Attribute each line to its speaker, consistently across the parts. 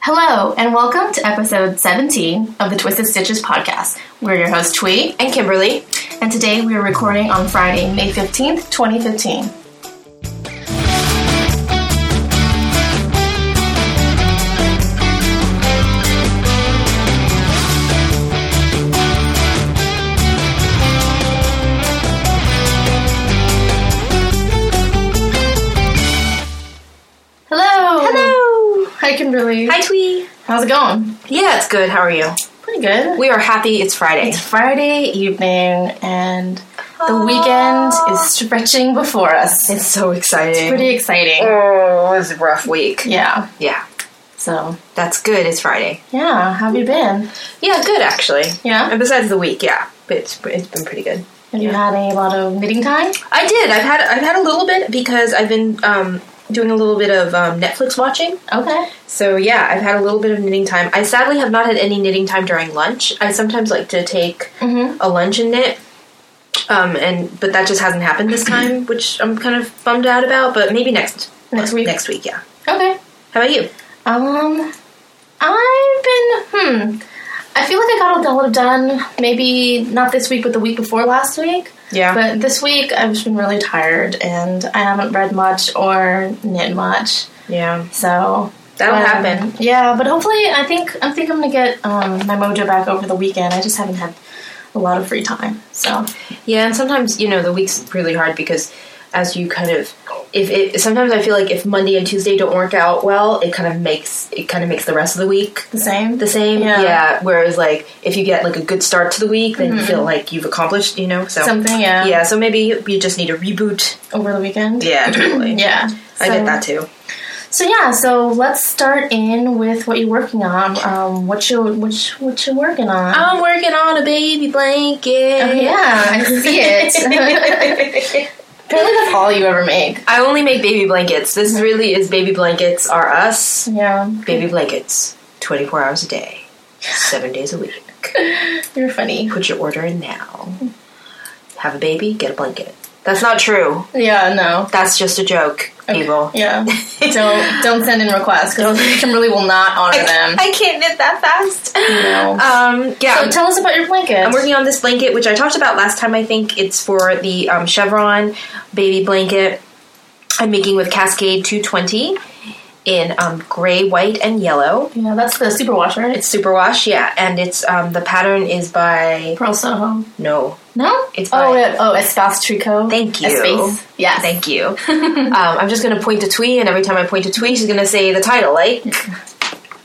Speaker 1: Hello, and welcome to episode 17 of the Twisted Stitches podcast. We're your host, Twee,
Speaker 2: And Kimberly,
Speaker 1: and today we are recording on Friday, May 15th, 2015. Hello!
Speaker 2: Hello.
Speaker 1: Hi, Kimberly.
Speaker 2: Hi, Twee.
Speaker 1: How's it going?
Speaker 2: Yeah, it's good. How are you?
Speaker 1: Pretty good.
Speaker 2: We are happy it's Friday.
Speaker 1: It's Friday evening, and the weekend is stretching before us.
Speaker 2: It's so exciting.
Speaker 1: Pretty exciting.
Speaker 2: oh, it was a rough week.
Speaker 1: Yeah.
Speaker 2: Yeah,
Speaker 1: So,
Speaker 2: that's good. It's Friday.
Speaker 1: yeah. How have you been?
Speaker 2: Yeah, good actually.
Speaker 1: Yeah.
Speaker 2: And besides the week, yeah, but it's it's been pretty good.
Speaker 1: Have you had a lot of knitting time?
Speaker 2: I did. I've had I've had a little bit because I've been um, doing a little bit of um, Netflix watching.
Speaker 1: Okay.
Speaker 2: So yeah, I've had a little bit of knitting time. I sadly have not had any knitting time during lunch. I sometimes like to take
Speaker 1: Mhm.
Speaker 2: a lunch and knit. Um, and but that just hasn't happened this time, which I'm kind of bummed out about. But maybe next
Speaker 1: Next week?
Speaker 2: Next week, yeah.
Speaker 1: Okay.
Speaker 2: How about you?
Speaker 1: Um, I've been, hmm. I feel like I got a lot done, maybe not this week, but the week before last week.
Speaker 2: Yeah.
Speaker 1: But this week I've just been really tired and I haven't read much or knit much.
Speaker 2: yeah.
Speaker 1: So
Speaker 2: That'll
Speaker 1: um,
Speaker 2: happen.
Speaker 1: Yeah, but hopefully I think I think I'm gonna get um, my mojo back over the weekend. I just haven't had a lot of free time. So
Speaker 2: Yeah, and sometimes you know the week's really hard because as you kind of if it sometimes I feel like if Monday and Tuesday don't work out well, it kind of makes it kind of makes the rest of the week
Speaker 1: the same.
Speaker 2: the same.
Speaker 1: Yeah.
Speaker 2: Whereas like if you get like a good start to the week, then
Speaker 1: Mm-hmm.
Speaker 2: you feel like you've accomplished. You know. So
Speaker 1: something, yeah.
Speaker 2: yeah. So maybe you just need a reboot.
Speaker 1: Over the weekend.
Speaker 2: Yeah. Totally.
Speaker 1: Yeah.
Speaker 2: I
Speaker 1: So-
Speaker 2: did that too.
Speaker 1: So yeah, so let's start in with what you're working on. Um, what you what you, what you working on?
Speaker 2: I'm working on a baby blanket.
Speaker 1: Oh, yeah, I see it. Apparently, that's all you ever make.
Speaker 2: I only make baby blankets. This really is baby blankets are us.
Speaker 1: Yeah,
Speaker 2: Baby blankets, 24 hours a day, 7 days a week.
Speaker 1: you're funny.
Speaker 2: Put your order in now. Have a baby, get a blanket. That's not true.
Speaker 1: Yeah, no.
Speaker 2: That's just a joke, people.
Speaker 1: Yeah, don't don't send in requests because Kimberly will not honor them.
Speaker 2: I can't knit that fast.
Speaker 1: No.
Speaker 2: Um, yeah.
Speaker 1: Uh, So tell us about your blanket.
Speaker 2: I'm working on this blanket, which I talked about last time. I think it's for the um, Chevron baby blanket. I'm making with Cascade 220 in um, gray, white, and yellow.
Speaker 1: Yeah, that's the superwash, right?
Speaker 2: It's superwash, yeah, and it's um, the pattern is by
Speaker 1: Pearl Soho.
Speaker 2: no.
Speaker 1: No,
Speaker 2: It's
Speaker 1: oh
Speaker 2: by-
Speaker 1: yeah. oh Espace Tricot.
Speaker 2: Thank you.
Speaker 1: Espace. Yeah.
Speaker 2: Thank you. um, I'm just gonna point to Twee, and every time I point to Twee, she's gonna say the title. Like,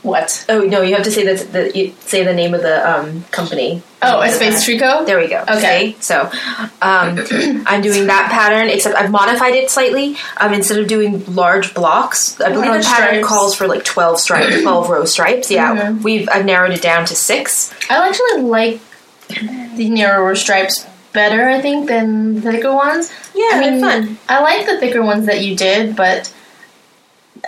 Speaker 1: What?
Speaker 2: oh no, you have to say the, the you say the name of the um, company.
Speaker 1: Oh, Espace Tricot.
Speaker 2: There we go.
Speaker 1: Okay.
Speaker 2: See? So um, I'm doing that pattern, except I've modified it slightly. Um, instead of doing large blocks, I believe
Speaker 1: Large
Speaker 2: the pattern
Speaker 1: stripes. Mm-hmm.
Speaker 2: calls for like 12 stripes, 12 row stripes. Yeah, we've I've narrowed it down to six.
Speaker 1: I actually like the narrower stripes better, I think, than the thicker ones.
Speaker 2: Yeah,
Speaker 1: I mean,
Speaker 2: fun.
Speaker 1: I like the thicker ones that you did, but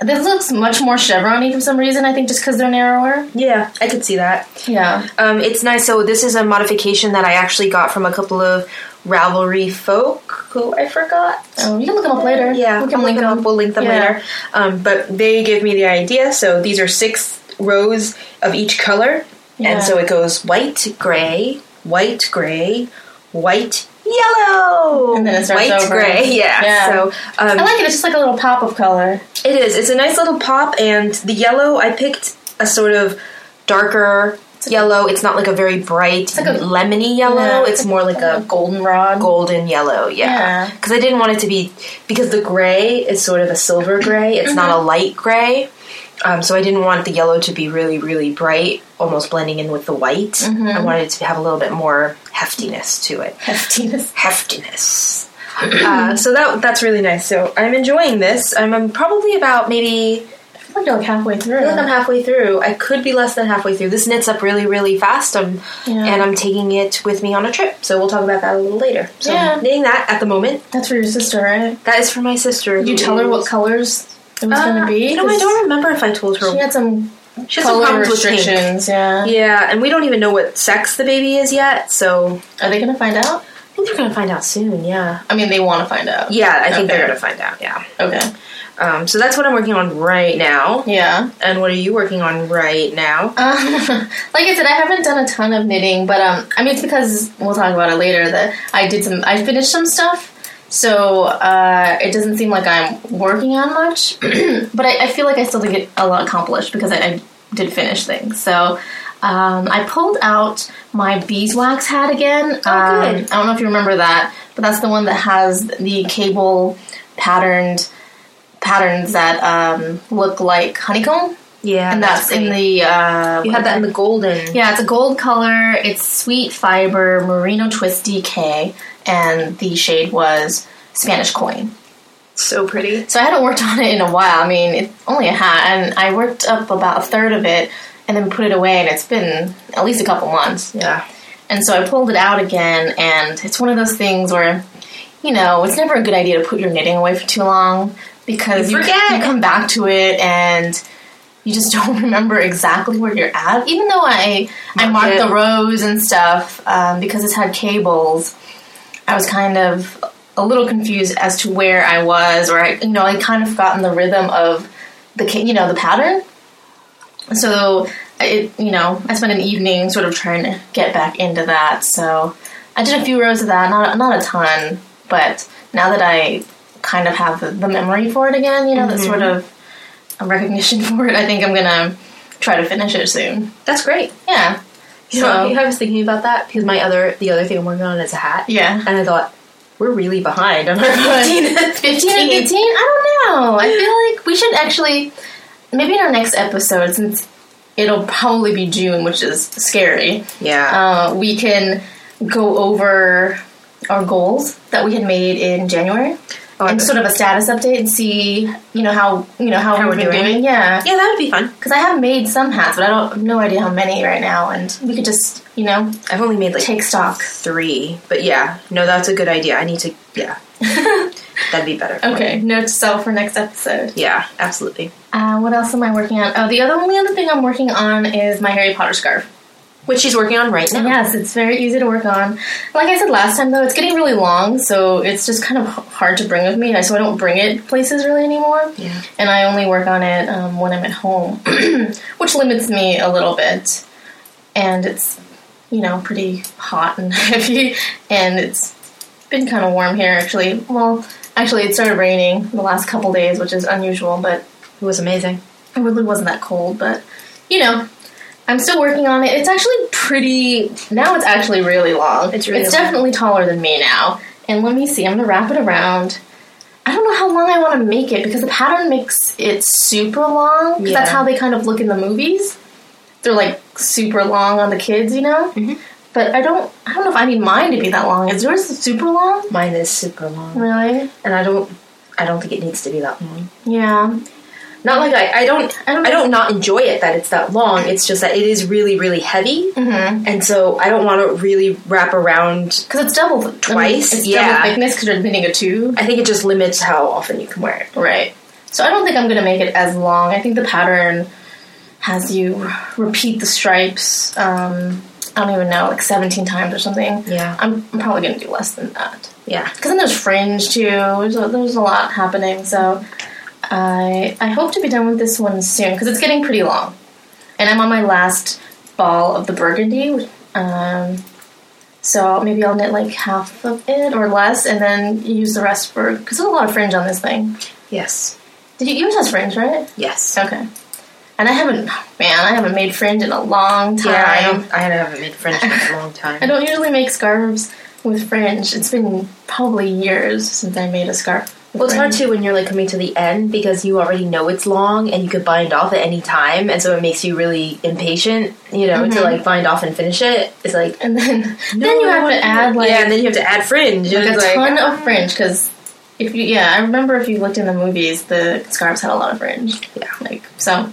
Speaker 1: this looks much more chevrony for some reason. I think just because they're narrower.
Speaker 2: Yeah, I could see that.
Speaker 1: Yeah.
Speaker 2: Um, it's nice. So this is a modification that I actually got from a couple of Ravelry folk who I forgot.
Speaker 1: Um, you can look them up later.
Speaker 2: Yeah,
Speaker 1: we can
Speaker 2: I'll
Speaker 1: link them.
Speaker 2: We'll link them
Speaker 1: Yeah.
Speaker 2: later. Um, but they gave me the idea. So these are six rows of each color,
Speaker 1: Yeah.
Speaker 2: and so it goes white, gray, white, gray, white, yellow,
Speaker 1: And then it starts
Speaker 2: white,
Speaker 1: over.
Speaker 2: gray. Yeah.
Speaker 1: Yeah.
Speaker 2: So um,
Speaker 1: I like it. It's just like a little pop of color.
Speaker 2: it is. It's a nice little pop, and the yellow I picked a sort of darker yellow. It's not like a very bright
Speaker 1: like a-
Speaker 2: lemony yellow.
Speaker 1: Yeah,
Speaker 2: it's, more like a
Speaker 1: goldenrod.
Speaker 2: golden yellow.
Speaker 1: Yeah.
Speaker 2: Yeah, because I didn't want it to be because the gray is sort of a silver gray. It's not a light gray. Um, so I didn't want the yellow to be really, really bright, almost blending in with the white. I wanted it to have a little bit more heftiness to it.
Speaker 1: Heftiness.
Speaker 2: Heftiness. uh, so that that's really nice. So I'm enjoying this. I'm, I'm probably about maybe
Speaker 1: I feel like you're like halfway through.
Speaker 2: I feel like I'm halfway through. I could be less than halfway through. This knits up really, really fast. I'm,
Speaker 1: Yeah.
Speaker 2: And I'm taking it with me on a trip. So we'll talk about that a little later. So
Speaker 1: Yeah.
Speaker 2: I'm knitting that at the moment.
Speaker 1: That's for your sister, right?
Speaker 2: That is for my sister.
Speaker 1: Did you
Speaker 2: who
Speaker 1: tell her what
Speaker 2: is-
Speaker 1: colors it was
Speaker 2: Uh,
Speaker 1: going to be?
Speaker 2: You know, I
Speaker 1: 'Cause
Speaker 2: don't remember if I told her.
Speaker 1: She had some
Speaker 2: She has some
Speaker 1: color
Speaker 2: problems with pink.
Speaker 1: restrictions. Yeah.
Speaker 2: Yeah, and we don't even know what sex the baby is yet, so
Speaker 1: Are they going to find out?
Speaker 2: I think they're gonna find out soon. Yeah,
Speaker 1: I mean, they want to find out.
Speaker 2: yeah, I think
Speaker 1: Okay.
Speaker 2: they're gonna find out. Yeah.
Speaker 1: Okay.
Speaker 2: Um, so that's what I'm working on right now.
Speaker 1: Yeah.
Speaker 2: And what are you working on right now?
Speaker 1: Um, like I said, I haven't done a ton of knitting, but um, I mean it's because we'll talk about it later that I did some, I finished some stuff, so uh, it doesn't seem like I'm working on much. but I, I feel like I still did get a lot accomplished because I, I did finish things. So um, I pulled out my beeswax hat again.
Speaker 2: Oh,
Speaker 1: Um,
Speaker 2: good.
Speaker 1: I don't know if you remember that, but that's the one that has the cable patterned patterns that um, look like honeycomb
Speaker 2: Yeah,
Speaker 1: and that's, in the uh,
Speaker 2: you had that in the golden.
Speaker 1: yeah, it's a gold color. It's sweet fiber merino twist DK, and the shade was Spanish coin.
Speaker 2: so pretty.
Speaker 1: So I hadn't worked on it in a while. I mean, it's only a hat, and I worked up about a third of it, and then put it away. And it's been at least a couple months.
Speaker 2: Yeah,
Speaker 1: And so I pulled it out again, and it's one of those things where, you know, it's never a good idea to put your knitting away for too long because
Speaker 2: You
Speaker 1: you,
Speaker 2: forget.
Speaker 1: you come back to it and you just don't remember exactly where you're at. Even though I I
Speaker 2: Mark
Speaker 1: marked
Speaker 2: it.
Speaker 1: the rows and stuff um, because it's had cables, I was kind of a little confused as to where I was, or I, you know, I kind of gotten the rhythm of the ca- you know the pattern. So it you know I spent an evening sort of trying to get back into that. So I did a few rows of that, not not a ton, but now that I kind of have the, the memory for it again, you know, that sort of recognition for it, I think I'm gonna try to finish it soon.
Speaker 2: that's great.
Speaker 1: Yeah.
Speaker 2: You know, I was thinking about that because my other the other thing I'm working on is a hat.
Speaker 1: yeah.
Speaker 2: and I thought we're really behind on our
Speaker 1: But
Speaker 2: 15th.
Speaker 1: 15 and 18? I don't know. I feel like we should actually, maybe in our next episode, since it'll probably be June, which is scary,
Speaker 2: Yeah,
Speaker 1: uh, we can go over our goals that we had made in January
Speaker 2: Oh, I
Speaker 1: and
Speaker 2: bet.
Speaker 1: sort of a status update and see, you know, how, you know, how,
Speaker 2: How
Speaker 1: we've
Speaker 2: we're
Speaker 1: been
Speaker 2: doing.
Speaker 1: doing. Yeah.
Speaker 2: yeah, that would be fun.
Speaker 1: Because I have made some hats, but I don't have no idea how many right now, and we could just, you know,
Speaker 2: I've only made like
Speaker 1: take stock.
Speaker 2: three, but yeah, no, that's a good idea. I need to, yeah, that'd be better. for me.
Speaker 1: Okay, note to self for next episode.
Speaker 2: Yeah, absolutely.
Speaker 1: Uh, what else am I working on? Oh, the other only other thing I'm working on is my Harry Potter scarf.
Speaker 2: Which she's working on right now.
Speaker 1: Yes, it's very easy to work on. Like I said last time, though, it's getting really long, so it's just kind of h- hard to bring with me, so I don't bring it places really anymore.
Speaker 2: Yeah.
Speaker 1: And I only work on it um, when I'm at home, which limits me a little bit. And it's, you know, pretty hot and heavy, and it's been kind of warm here, actually. Well, actually, it started raining the last couple days, which is unusual, but
Speaker 2: It was amazing.
Speaker 1: it really wasn't that cold, but you know, I'm still working on it. It's actually pretty. Now it's actually really long.
Speaker 2: It's really
Speaker 1: It's
Speaker 2: long.
Speaker 1: definitely taller than me now. And let me see. I'm gonna wrap it around. I don't know how long I want to make it because the pattern makes it super long. 'cause That's
Speaker 2: Yeah.
Speaker 1: how they kind of look in the movies. They're like super long on the kids, you know.
Speaker 2: Mm-hmm.
Speaker 1: But I don't. I don't know if I need mine to be that long. Is yours super long?
Speaker 2: Mine is super long,
Speaker 1: Really?
Speaker 2: and I don't, I don't think it needs to be that long.
Speaker 1: Yeah.
Speaker 2: Not like I, I don't,
Speaker 1: I
Speaker 2: I
Speaker 1: don't-
Speaker 2: don't, not enjoy it that it's that long. It's just that it is really, really heavy,
Speaker 1: Mhm.
Speaker 2: and so I don't want to really wrap around.
Speaker 1: Because it's double
Speaker 2: Twice?
Speaker 1: it's
Speaker 2: Yeah.
Speaker 1: double thickness because you're knitting a two.
Speaker 2: I think it just limits how often you can wear it.
Speaker 1: Right. So I don't think I'm going to make it as long. I think the pattern has you repeat the stripes, um, I don't even know, like 17 times or something.
Speaker 2: Yeah.
Speaker 1: I'm, I'm probably going to do less than that.
Speaker 2: Yeah,
Speaker 1: Because then there's fringe too. There's a, there's a lot happening. So I, I hope to be done with this one soon because it's getting pretty long. And I'm on my last ball of the burgundy. Um, so maybe I'll knit like half of it or less and then use the rest for. Because there's a lot of fringe on this thing.
Speaker 2: yes,
Speaker 1: Did you yours has fringe, right?
Speaker 2: yes.
Speaker 1: Okay. And I haven't, man, I haven't made fringe in a long time.
Speaker 2: Yeah, I don't. I haven't made French in a long time.
Speaker 1: I don't usually make scarves with fringe. It's been probably years since I made a scarf. with
Speaker 2: Well, it's hard
Speaker 1: fringe.
Speaker 2: too when you're like coming to the end because you already know it's long and you could bind off at any time, and so it makes you really impatient, you know, to like bind off and finish it. It's like
Speaker 1: And then,
Speaker 2: no,
Speaker 1: then you
Speaker 2: I
Speaker 1: have
Speaker 2: wanna
Speaker 1: to
Speaker 2: do
Speaker 1: add
Speaker 2: it.
Speaker 1: like,
Speaker 2: yeah, and then you have to add fringe.
Speaker 1: like,
Speaker 2: and
Speaker 1: a
Speaker 2: it's like, "Oh." "Ah."
Speaker 1: ton of fringe because if you, yeah, I remember if you looked in the movies, the scarves had a lot of fringe.
Speaker 2: Yeah.
Speaker 1: Like so,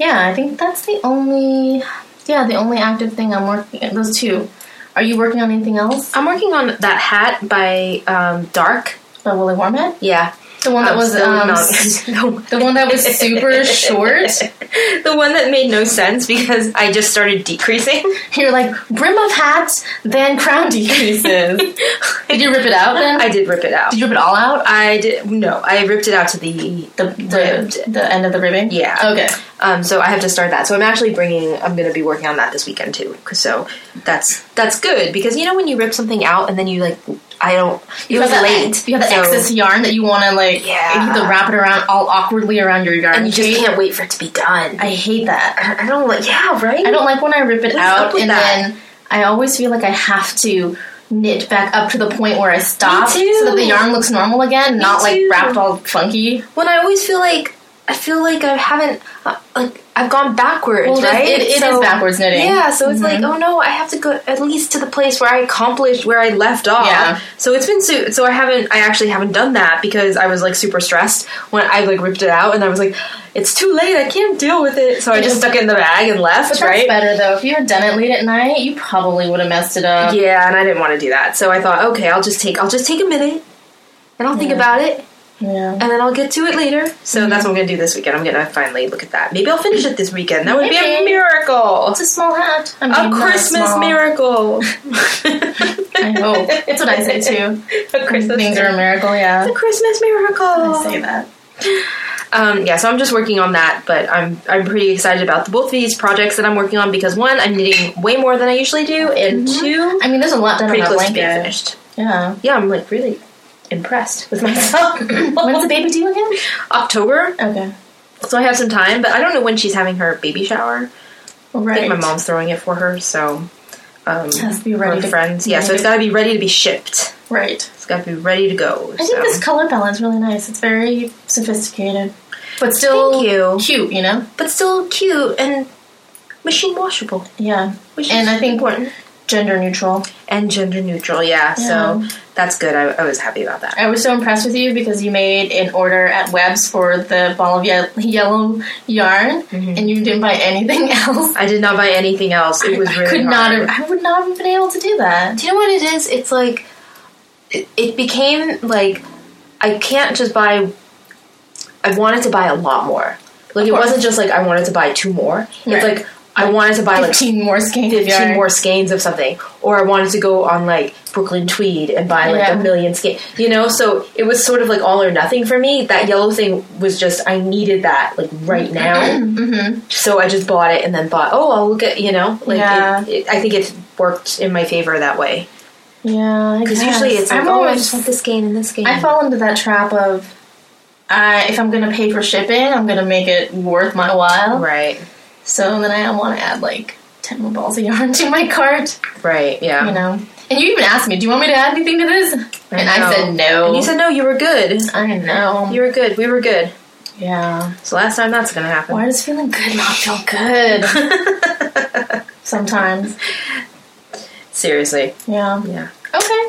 Speaker 1: yeah. I think that's the only, yeah, the only active thing I'm working. Those two. Are you working on anything else?
Speaker 2: I'm working on that hat by um, Dark.
Speaker 1: By Willie Warmet.
Speaker 2: Yeah,
Speaker 1: The one that
Speaker 2: Um,
Speaker 1: was
Speaker 2: Stone
Speaker 1: um, s-
Speaker 2: Mountain.
Speaker 1: the one that was super short.
Speaker 2: the one that made no sense because I just started decreasing.
Speaker 1: You're like brim of hats, then crown decreases. Did you rip it out then?
Speaker 2: I did rip it out.
Speaker 1: Did you rip it all out?
Speaker 2: I did no. I ripped it out to the
Speaker 1: The the,
Speaker 2: Ribbed.
Speaker 1: the end of the ribbing.
Speaker 2: Yeah.
Speaker 1: Okay.
Speaker 2: Um, so I have to start that. So I'm actually bringing. I'm going to be working on that this weekend too. 'Cause- So that's that's good because you know when you rip something out and then you like I don't you
Speaker 1: You
Speaker 2: was
Speaker 1: have that
Speaker 2: late.
Speaker 1: You have that
Speaker 2: so-
Speaker 1: excess yarn that you want to like.
Speaker 2: Yeah.
Speaker 1: You have to wrap it around all awkwardly around your yarn.
Speaker 2: and you just
Speaker 1: sheet.
Speaker 2: can't wait for it to be done.
Speaker 1: I hate that.
Speaker 2: I, I don't like. Yeah, right.
Speaker 1: I don't like when I rip it
Speaker 2: What's up
Speaker 1: out
Speaker 2: with
Speaker 1: and
Speaker 2: that?
Speaker 1: then I always feel like I have to knit back up to the point where I stop
Speaker 2: too.
Speaker 1: so that the yarn looks normal again, not like
Speaker 2: too.
Speaker 1: wrapped all funky.
Speaker 2: when I always feel like I feel like I haven't uh, like I've gone backwards,
Speaker 1: Well, it is-
Speaker 2: right?
Speaker 1: it- it is backwards knitting. Mm-hmm.
Speaker 2: Yeah, so it's like oh no, I have to go at least to the place where I accomplished where I left off.
Speaker 1: Yeah.
Speaker 2: So it's been so, so I haven't I actually haven't done that because I was like super stressed when I like ripped it out and I was like it's too late I can't deal with it so I just
Speaker 1: Yeah,
Speaker 2: stuck it in the bag and left
Speaker 1: But that's
Speaker 2: right.
Speaker 1: better though. If you had done it late at night, you probably would have messed it up.
Speaker 2: Yeah, and I didn't want to do that, so I thought okay, I'll just take I'll just take a minute and I'll think about it
Speaker 1: Yeah.
Speaker 2: and then I'll get to it later. So that's what I'm gonna do this weekend. I'm gonna finally look at that. Maybe I'll finish it this weekend. That would be a
Speaker 1: Maybe.
Speaker 2: miracle.
Speaker 1: It's a small hat. I mean,
Speaker 2: A
Speaker 1: not
Speaker 2: Christmas
Speaker 1: small.
Speaker 2: miracle.
Speaker 1: I hope. That's what I say too.
Speaker 2: A Christmas Oh.
Speaker 1: Things are a
Speaker 2: miracle.
Speaker 1: miracle, yeah.
Speaker 2: A Christmas
Speaker 1: I say
Speaker 2: miracle.
Speaker 1: that.
Speaker 2: Um, yeah, so I'm just working on that, but I'm I'm pretty excited about the, both of these projects that I'm working on because one, I'm knitting way more than I usually do, and two,
Speaker 1: Mm-hmm. I mean, there's a lot
Speaker 2: I'm
Speaker 1: done on
Speaker 2: pretty
Speaker 1: that
Speaker 2: close to being
Speaker 1: blanket.
Speaker 2: finished.
Speaker 1: Yeah.
Speaker 2: Yeah, I'm like really impressed with myself.
Speaker 1: When's the baby due again?
Speaker 2: October,
Speaker 1: Okay.
Speaker 2: so I have some time, but I don't know when she's having her baby shower. I
Speaker 1: Right.
Speaker 2: think my mom's throwing it for her, so um,
Speaker 1: has to be ready.
Speaker 2: her
Speaker 1: To,
Speaker 2: friends. Yeah, so
Speaker 1: ready
Speaker 2: it's
Speaker 1: to-
Speaker 2: got to be ready to be shipped.
Speaker 1: right.
Speaker 2: It's got to be ready to go.
Speaker 1: I
Speaker 2: so.
Speaker 1: think this color palette is really nice. It's very sophisticated, but still
Speaker 2: Thank you.
Speaker 1: cute. You know,
Speaker 2: but still cute and machine washable,
Speaker 1: yeah,
Speaker 2: which
Speaker 1: And
Speaker 2: is
Speaker 1: I think-
Speaker 2: important
Speaker 1: gender neutral.
Speaker 2: and gender neutral. Yeah,
Speaker 1: Yeah.
Speaker 2: so that's good. I, I was happy about that.
Speaker 1: I was so impressed with you because you made an order at Webb's for the ball of ye- yellow yarn,
Speaker 2: Mm-hmm.
Speaker 1: and you didn't buy anything else.
Speaker 2: I did not buy anything else. It was
Speaker 1: I
Speaker 2: really
Speaker 1: could not.
Speaker 2: hard.
Speaker 1: Have, I would not have been able to do that.
Speaker 2: Do you know what it is? It's like it, it became like I can't just buy. I wanted to buy a lot more. Like
Speaker 1: Of
Speaker 2: it
Speaker 1: course.
Speaker 2: wasn't just like I wanted to buy two more. It's
Speaker 1: Right.
Speaker 2: like I wanted to buy like
Speaker 1: Fifteen more skeins of
Speaker 2: fifteen
Speaker 1: yarn.
Speaker 2: more skeins of something, or I wanted to go on like Brooklyn Tweed and buy like
Speaker 1: Yeah.
Speaker 2: a million skeins. You know, so it was sort of like all or nothing for me. That yellow thing was just I needed that like right now,
Speaker 1: hmm
Speaker 2: so I just bought it and then thought, oh, I'll look at you know, like
Speaker 1: Yeah.
Speaker 2: it, it, I think it worked in my favor that way.
Speaker 1: Yeah,
Speaker 2: Because usually it's like,
Speaker 1: I'm
Speaker 2: oh, I
Speaker 1: always-
Speaker 2: just want this game and this game.
Speaker 1: I fall into that trap of, I if I'm going to pay for shipping, I'm going to make it worth my while.
Speaker 2: right,
Speaker 1: So then I want to add like ten more balls of yarn to my cart.
Speaker 2: right, yeah.
Speaker 1: You know, and you even asked me, "Do you want me to add anything to this?"
Speaker 2: I
Speaker 1: and I
Speaker 2: know.
Speaker 1: said no.
Speaker 2: And you said no, you were good.
Speaker 1: I know.
Speaker 2: You were good. We were good.
Speaker 1: Yeah.
Speaker 2: So last time that's gonna happen.
Speaker 1: Why does feeling good not feel good sometimes?
Speaker 2: Seriously,
Speaker 1: Yeah.
Speaker 2: yeah.
Speaker 1: Okay.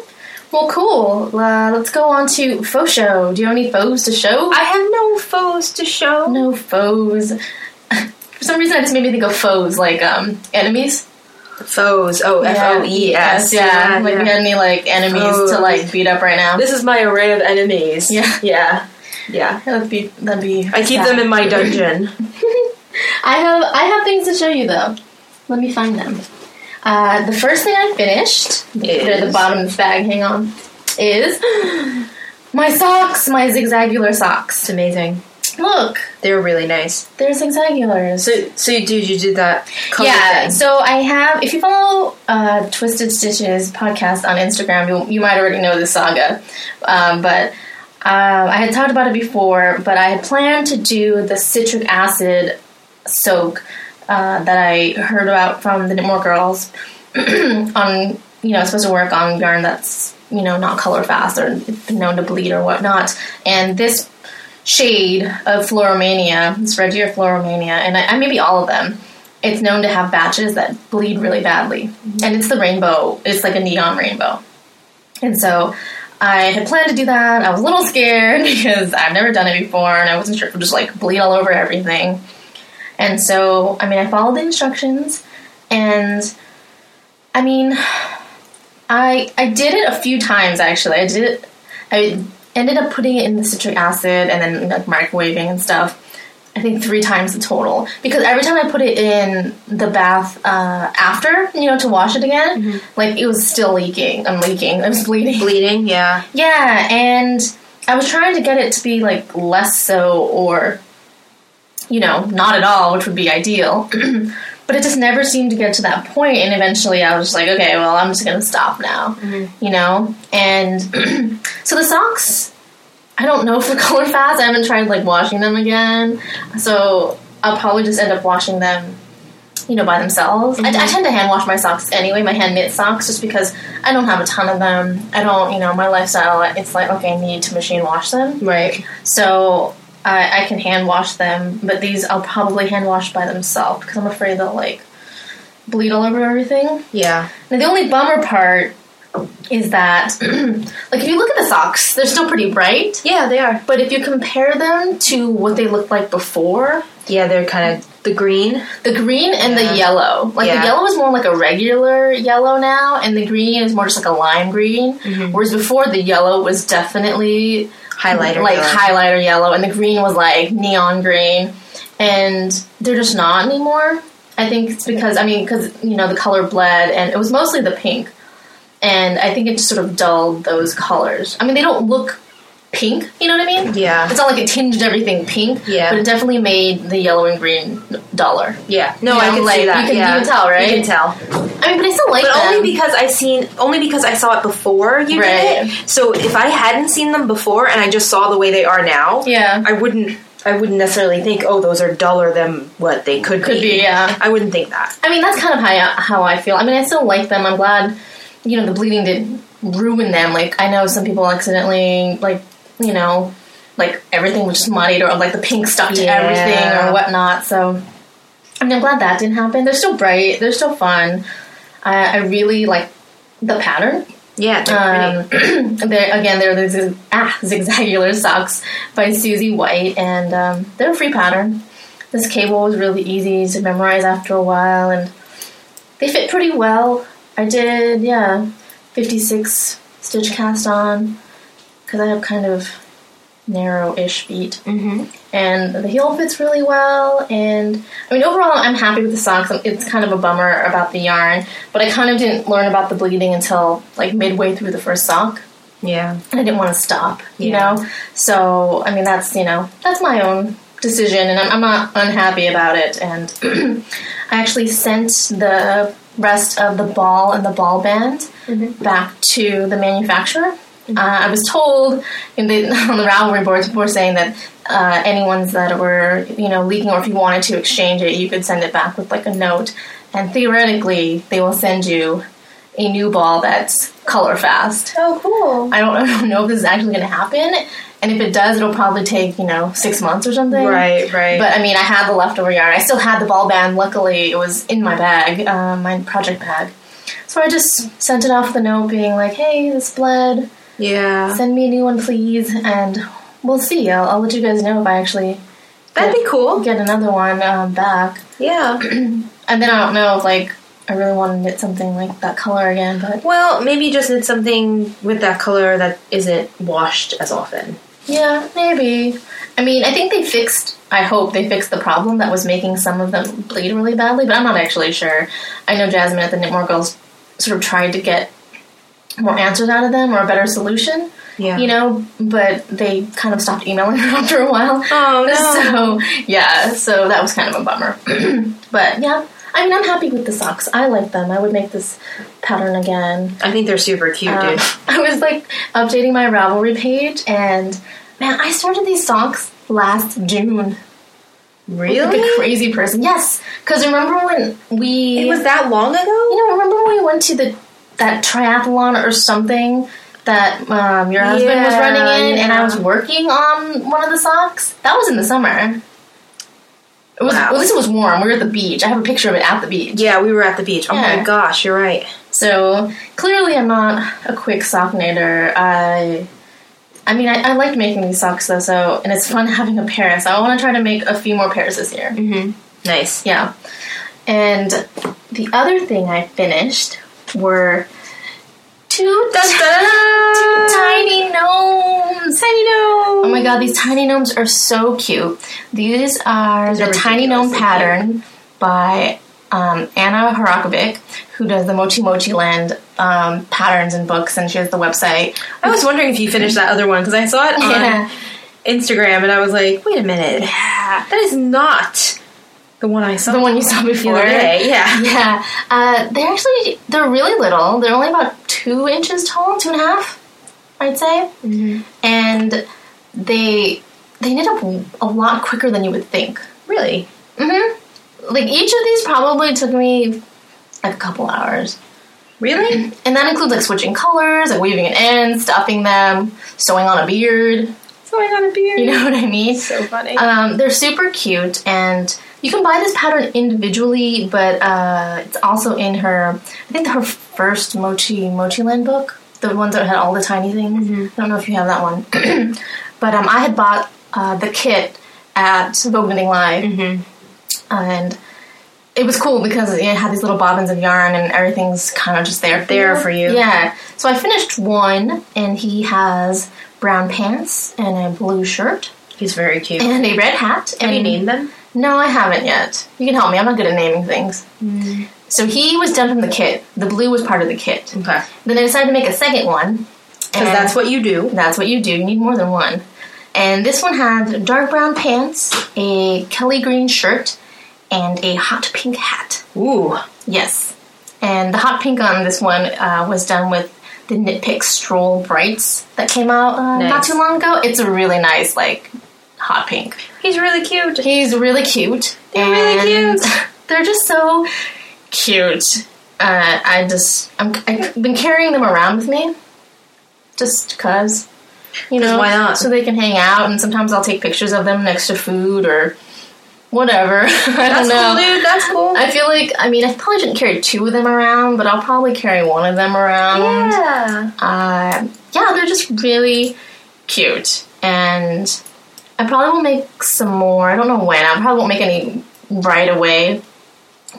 Speaker 1: Well, cool. Uh, let's go on to faux show. Do you have any foes to show?
Speaker 2: I have no foes to show.
Speaker 1: no foes. For some reason, I just made me think of foes, like um, enemies.
Speaker 2: Foes. Oh, F O E S.
Speaker 1: Yeah. Like we had any like enemies to
Speaker 2: Foes.
Speaker 1: like beat up right now.
Speaker 2: This is my array of enemies.
Speaker 1: Yeah.
Speaker 2: Yeah. Yeah.
Speaker 1: That'd be that'd be.
Speaker 2: I keep
Speaker 1: sad.
Speaker 2: them in my dungeon.
Speaker 1: I have I have things to show you though. Let me find them. Uh, the first thing I finished, they're at the
Speaker 2: Is?
Speaker 1: bottom of this bag. Hang on, is my socks, my zigzagular
Speaker 2: It's
Speaker 1: socks.
Speaker 2: amazing.
Speaker 1: Look,
Speaker 2: They're really nice.
Speaker 1: they're zigzagulars.
Speaker 2: So, so you did you did that? Color
Speaker 1: yeah,
Speaker 2: Thing.
Speaker 1: so I have. If you follow uh, Twisted Stitches podcast on Instagram, you, you might already know this saga. Um, but um, I had talked about it before, but I had planned to do the citric acid soak uh, that I heard about from the Knitmore Girls on you know supposed to work on yarn that's you know not color fast or known to bleed or whatnot. And this shade of Floromania, this red deer Floromania, and I, I maybe all of them. It's known to have batches that bleed really badly, and it's the rainbow. It's like a neon rainbow, and so. I had planned to do that. I was a little scared because I've never done it before and I wasn't sure if it would just like bleed all over everything. And so, I mean, I followed the instructions and I mean, I I did it a few times actually. I did it. I ended up putting it in the citric acid and then like microwaving and stuff. I think three times the total because every time I put it in the bath uh, after, you know, to wash it again, like it was still leaking. I'm leaking. I was bleeding.
Speaker 2: Bleeding, yeah.
Speaker 1: Yeah, and I was trying to get it to be like less so or you know, not at all, which would be ideal. but it just never seemed to get to that point and eventually I was just like, okay, well, I'm just going to stop now. You know? And so the socks I don't know if they're color fast. I haven't tried like washing them again. So I'll probably just end up washing them you know, by themselves. I, I tend to hand wash my socks anyway, my hand knit socks, just because I don't have a ton of them. I don't, you know, my lifestyle, it's like, okay, I need to machine wash them.
Speaker 2: Right.
Speaker 1: So I, I can hand wash them, but these I'll probably hand wash by themselves because I'm afraid they'll like bleed all over everything.
Speaker 2: Yeah.
Speaker 1: Now, the only bummer part is that, like, if you look at the socks, they're still pretty bright.
Speaker 2: Yeah, they are.
Speaker 1: But if you compare them to what they looked like before,
Speaker 2: Yeah, they're kind of the green.
Speaker 1: The green and
Speaker 2: Yeah.
Speaker 1: the yellow. Like
Speaker 2: Yeah.
Speaker 1: the yellow is more like a regular yellow now, and the green is more just like a lime green.
Speaker 2: Mm-hmm.
Speaker 1: Whereas before, the yellow was definitely
Speaker 2: Highlighter.
Speaker 1: like
Speaker 2: yellow.
Speaker 1: highlighter yellow, and the green was like neon green. And they're just not anymore. I think it's because I mean, because you know the color bled, and it was mostly the pink. And I think it just sort of dulled those colors. I mean, they don't look pink. You know what I mean?
Speaker 2: Yeah.
Speaker 1: It's not like it tinged everything pink.
Speaker 2: Yeah.
Speaker 1: But it definitely made the yellow and green duller.
Speaker 2: Yeah. No,
Speaker 1: You
Speaker 2: I
Speaker 1: know,
Speaker 2: can
Speaker 1: like,
Speaker 2: see
Speaker 1: you
Speaker 2: that.
Speaker 1: can- you
Speaker 2: yeah.
Speaker 1: can tell, right?
Speaker 2: You can tell.
Speaker 1: I mean, but I still like
Speaker 2: But
Speaker 1: them.
Speaker 2: only because I seen only because I saw it before you
Speaker 1: Right.
Speaker 2: did it. So if I hadn't seen them before and I just saw the way they are now,
Speaker 1: yeah,
Speaker 2: I wouldn't I wouldn't necessarily think, oh, those are duller than what they could,
Speaker 1: could be. Yeah,
Speaker 2: I wouldn't think that.
Speaker 1: I mean that's kind of how I, how I feel. I mean, I still like them. I'm glad, you know, the bleeding didn't ruin them. Like I know some people accidentally, like you know, like everything was just muddied or like the pink stuck to
Speaker 2: Yeah.
Speaker 1: everything or whatnot. So I mean, I'm glad that didn't happen. They're still bright. They're still fun. I, I really like the pattern.
Speaker 2: Yeah, they're pretty.
Speaker 1: Um, they're, again, they're the zig- ah, zigzagular socks by Susie White, and um, they're a free pattern. This cable was really easy to memorize after a while, and they fit pretty well. I did, yeah, 56 stitch cast on because I have kind of narrow ish feet
Speaker 2: Mm-hmm.
Speaker 1: and the heel fits really well. And I mean, overall, I'm happy with the socks. Um, It's kind of a bummer about the yarn, but I kind of didn't learn about the bleeding until like midway through the first sock,
Speaker 2: Yeah.
Speaker 1: and I didn't want to stop, you
Speaker 2: Yeah.
Speaker 1: know. So I mean, that's you know, that's my own decision, and I'm, I'm not unhappy about it. And I actually sent the rest of the ball and the ball band back to the manufacturer. Uh, I was told in the, on the Ravelry boards people were saying that uh, any ones that were you know leaking, or if you wanted to exchange it, you could send it back with like a note, and theoretically they will send you a new ball that's color fast.
Speaker 2: Oh, cool.
Speaker 1: I don't, I don't know if this is actually going to happen, and if it does, it'll probably take you know six months or something.
Speaker 2: Right, right.
Speaker 1: But I mean, I had the leftover yarn. I still had the ball band. Luckily, it was in my bag, uh, my project bag. So I just sent it off the note, being like, "Hey, this bled.
Speaker 2: yeah.
Speaker 1: Send me a new one, please." And we'll see. I'll, I'll let you guys know if I actually
Speaker 2: That'd be cool.
Speaker 1: get another one um, back.
Speaker 2: Yeah.
Speaker 1: And then I don't know if like I really want to knit something like that color again, but
Speaker 2: Well, maybe just knit something with that color that isn't washed as often.
Speaker 1: yeah, maybe. I mean, I think they fixed. I hope they fixed the problem that was making some of them bleed really badly, but I'm not actually sure. I know Jasmine at the Knitmore Girls sort of tried to get more answers out of them or a better solution,
Speaker 2: Yeah.
Speaker 1: you know, but they kind of stopped emailing her after a while.
Speaker 2: Oh no.
Speaker 1: So yeah, so that was kind of a bummer. but yeah, I mean, I'm happy with the socks. I like them. I would make this pattern again.
Speaker 2: I think they're super cute,
Speaker 1: Um,
Speaker 2: dude.
Speaker 1: I was like updating my Ravelry page, and man, I started these socks last June. Like a
Speaker 2: Really?
Speaker 1: crazy person. Yes, because remember when we
Speaker 2: It was that long ago?
Speaker 1: you know remember when we went to the that triathlon or something. That um, your husband was
Speaker 2: Yeah,
Speaker 1: running in, and I
Speaker 2: yeah.
Speaker 1: was working on one of the socks. That was in the summer. It was
Speaker 2: Wow.
Speaker 1: well, at least it was warm. We were at the beach. I have a picture of it at the beach.
Speaker 2: Yeah, we were at the beach. Oh
Speaker 1: Yeah.
Speaker 2: my gosh, you're right.
Speaker 1: So clearly, I'm not a quick sock knitter. I, I mean, I, I liked making these socks though, so and it's fun having a pair. So I want to try to make a few more pairs this year.
Speaker 2: Nice.
Speaker 1: Yeah, and the other thing I finished were two dun, dun, dun, tiny gnomes.
Speaker 2: Tiny
Speaker 1: Oh
Speaker 2: gnome.
Speaker 1: my god, these tiny gnomes are so cute. These are the
Speaker 2: are
Speaker 1: Tiny Gnome
Speaker 2: ridiculously
Speaker 1: Pattern by um, Anna Horakovic, who does the Mochi Mochi Land um, patterns and books, and she has the website. Um,
Speaker 2: I was wondering if you finished that other one because I saw it on
Speaker 1: Yeah.
Speaker 2: Instagram and I was like, wait a minute, that is not the one I saw
Speaker 1: The one you saw
Speaker 2: the
Speaker 1: before.
Speaker 2: other day. Yeah.
Speaker 1: Yeah, uh, they're actually they're really little. They're only about two inches tall, two and a half, I'd say. Mm-hmm. And they they knit up a lot quicker than you would think.
Speaker 2: Really?
Speaker 1: hmm Like each of these probably took me like a couple hours,
Speaker 2: Really?
Speaker 1: and that includes like switching colors, like weaving it in, stuffing them, sewing on a beard.
Speaker 2: So I got a beard.
Speaker 1: You know what I mean?
Speaker 2: So funny.
Speaker 1: Um, they're super cute, and you can buy this pattern individually, but uh, it's also in her, I think her first Mochi Mochi Land book, the ones that had all the tiny things. I don't know if you have that one, but um, I had bought uh, the kit at Vogue Knitting Live, and it was cool because it had these little bobbins of yarn and everything's kind of just there for
Speaker 2: There
Speaker 1: you.
Speaker 2: for you.
Speaker 1: Yeah. So I finished one, and he has brown pants and a blue shirt
Speaker 2: He's very cute.
Speaker 1: and a red hat.
Speaker 2: Have
Speaker 1: and
Speaker 2: you named them?
Speaker 1: No, I haven't yet. You can help me. I'm not good at naming things.
Speaker 2: Mm.
Speaker 1: So he was done from the kit. The blue was part of the kit.
Speaker 2: Okay.
Speaker 1: Then I decided to make a second one.
Speaker 2: Because that's what you do.
Speaker 1: that's what you do. You need more than one. And this one had dark brown pants, a Kelly green shirt, and a hot pink hat.
Speaker 2: Ooh.
Speaker 1: Yes. And the hot pink on this one uh, was done with the Knit Pick Stroll Brights that came out uh, not
Speaker 2: Nice.
Speaker 1: too long ago. It's a really nice, like, hot pink.
Speaker 2: He's really cute.
Speaker 1: He's really cute.
Speaker 2: They're really
Speaker 1: and
Speaker 2: cute.
Speaker 1: They're just so cute. Uh, I just I'm, I've been carrying them around with me, just cause. You know,
Speaker 2: why not?
Speaker 1: So they can hang out, and sometimes I'll take pictures of them next to food or whatever. I don't
Speaker 2: That's
Speaker 1: know.
Speaker 2: cool, dude. That's cool.
Speaker 1: I feel like I mean I probably shouldn't carry two of them around, but I'll probably carry one of them around.
Speaker 2: yeah.
Speaker 1: Uh, yeah, they're just really cute. And I probably will make some more. I don't know when. I probably won't make any right away.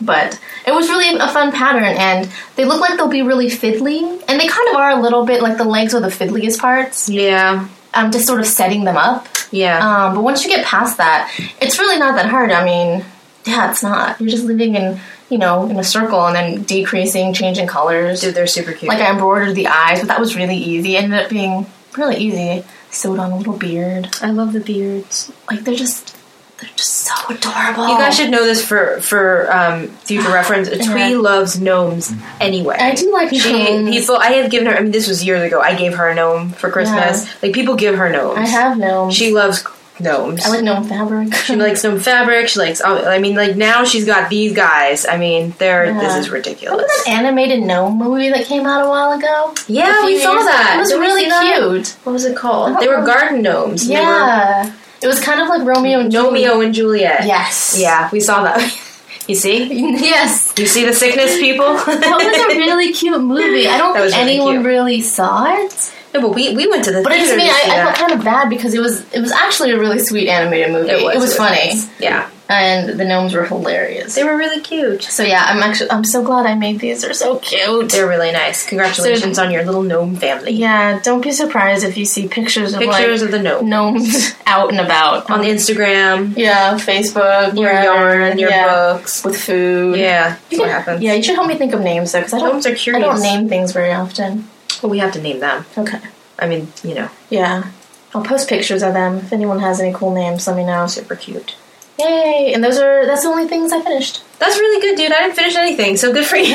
Speaker 1: But it was really a fun pattern, and they look like they'll be really fiddly. And they kind of are a little bit like the legs are the fiddliest parts.
Speaker 2: Yeah.
Speaker 1: I'm just sort of setting them up.
Speaker 2: Yeah.
Speaker 1: Um, but once you get past that, it's really not that hard. I mean, yeah, it's not. You're just living in, you know, in a circle and then decreasing, changing colors.
Speaker 2: Dude, they're super cute.
Speaker 1: Like I embroidered the eyes, but that was really easy. It ended up being really easy. Sewed on a little beard.
Speaker 2: I love the beards. Oh.
Speaker 1: Like they're just they're just so adorable.
Speaker 2: You guys should know this for for um, future reference. Twee
Speaker 1: Yeah.
Speaker 2: loves gnomes anyway.
Speaker 1: I do like
Speaker 2: She,
Speaker 1: gnomes.
Speaker 2: people, I have given her. I mean, this was years ago. I gave her a gnome for Christmas. Like people give her gnomes.
Speaker 1: I have gnomes.
Speaker 2: She loves gnomes.
Speaker 1: I like gnome fabric.
Speaker 2: she likes gnome fabric. She likes. I mean, like now she's got these guys. I mean, they're this
Speaker 1: Yeah.
Speaker 2: is
Speaker 1: Remember
Speaker 2: ridiculous.
Speaker 1: that animated gnome movie that came out a while ago? A
Speaker 2: Yeah,
Speaker 1: few
Speaker 2: we saw
Speaker 1: years
Speaker 2: that.
Speaker 1: ago? It was
Speaker 2: Did we
Speaker 1: really
Speaker 2: see that?
Speaker 1: cute.
Speaker 2: What was it called?
Speaker 1: don't
Speaker 2: They were
Speaker 1: remember.
Speaker 2: garden gnomes. and
Speaker 1: Yeah. It was kind of like Romeo and
Speaker 2: They were
Speaker 1: Juliet.
Speaker 2: Romeo and Juliet.
Speaker 1: Yes.
Speaker 2: Yeah, we saw that. you see?
Speaker 1: Yes.
Speaker 2: You see the sickness, people?
Speaker 1: That was a really cute movie. I don't
Speaker 2: That was
Speaker 1: think
Speaker 2: really
Speaker 1: anyone
Speaker 2: cute.
Speaker 1: really saw it.
Speaker 2: No, but we, we went to the
Speaker 1: But I just
Speaker 2: theater
Speaker 1: mean
Speaker 2: to see
Speaker 1: I, I
Speaker 2: that.
Speaker 1: felt kind of bad because it was it was actually a really sweet animated movie. It was, funny,
Speaker 2: nice. Yeah,
Speaker 1: and the gnomes were hilarious.
Speaker 2: they were really cute.
Speaker 1: so yeah, I'm actually I'm so glad I made these. They're so cute.
Speaker 2: They're really nice. Congratulations on your little gnome family.
Speaker 1: yeah, don't be surprised if you see pictures of
Speaker 2: Pictures of the
Speaker 1: like
Speaker 2: gnome
Speaker 1: gnomes out and about
Speaker 2: on the Instagram,
Speaker 1: yeah Facebook,
Speaker 2: your
Speaker 1: wherever,
Speaker 2: yarn, your
Speaker 1: yeah,
Speaker 2: books.
Speaker 1: with food.
Speaker 2: Yeah, that's
Speaker 1: You
Speaker 2: what
Speaker 1: can-
Speaker 2: happens.
Speaker 1: Yeah, you should help me think of names though, because I don't
Speaker 2: Gnomes are
Speaker 1: I
Speaker 2: curious.
Speaker 1: don't name things very often.
Speaker 2: Well, we have to name them.
Speaker 1: Okay.
Speaker 2: I mean, you know,
Speaker 1: Yeah. I'll post pictures of them. If anyone has any cool names, let me know.
Speaker 2: super cute.
Speaker 1: Yay! And those are that's the only things I finished.
Speaker 2: That's really good, dude. I didn't finish anything, so good for you.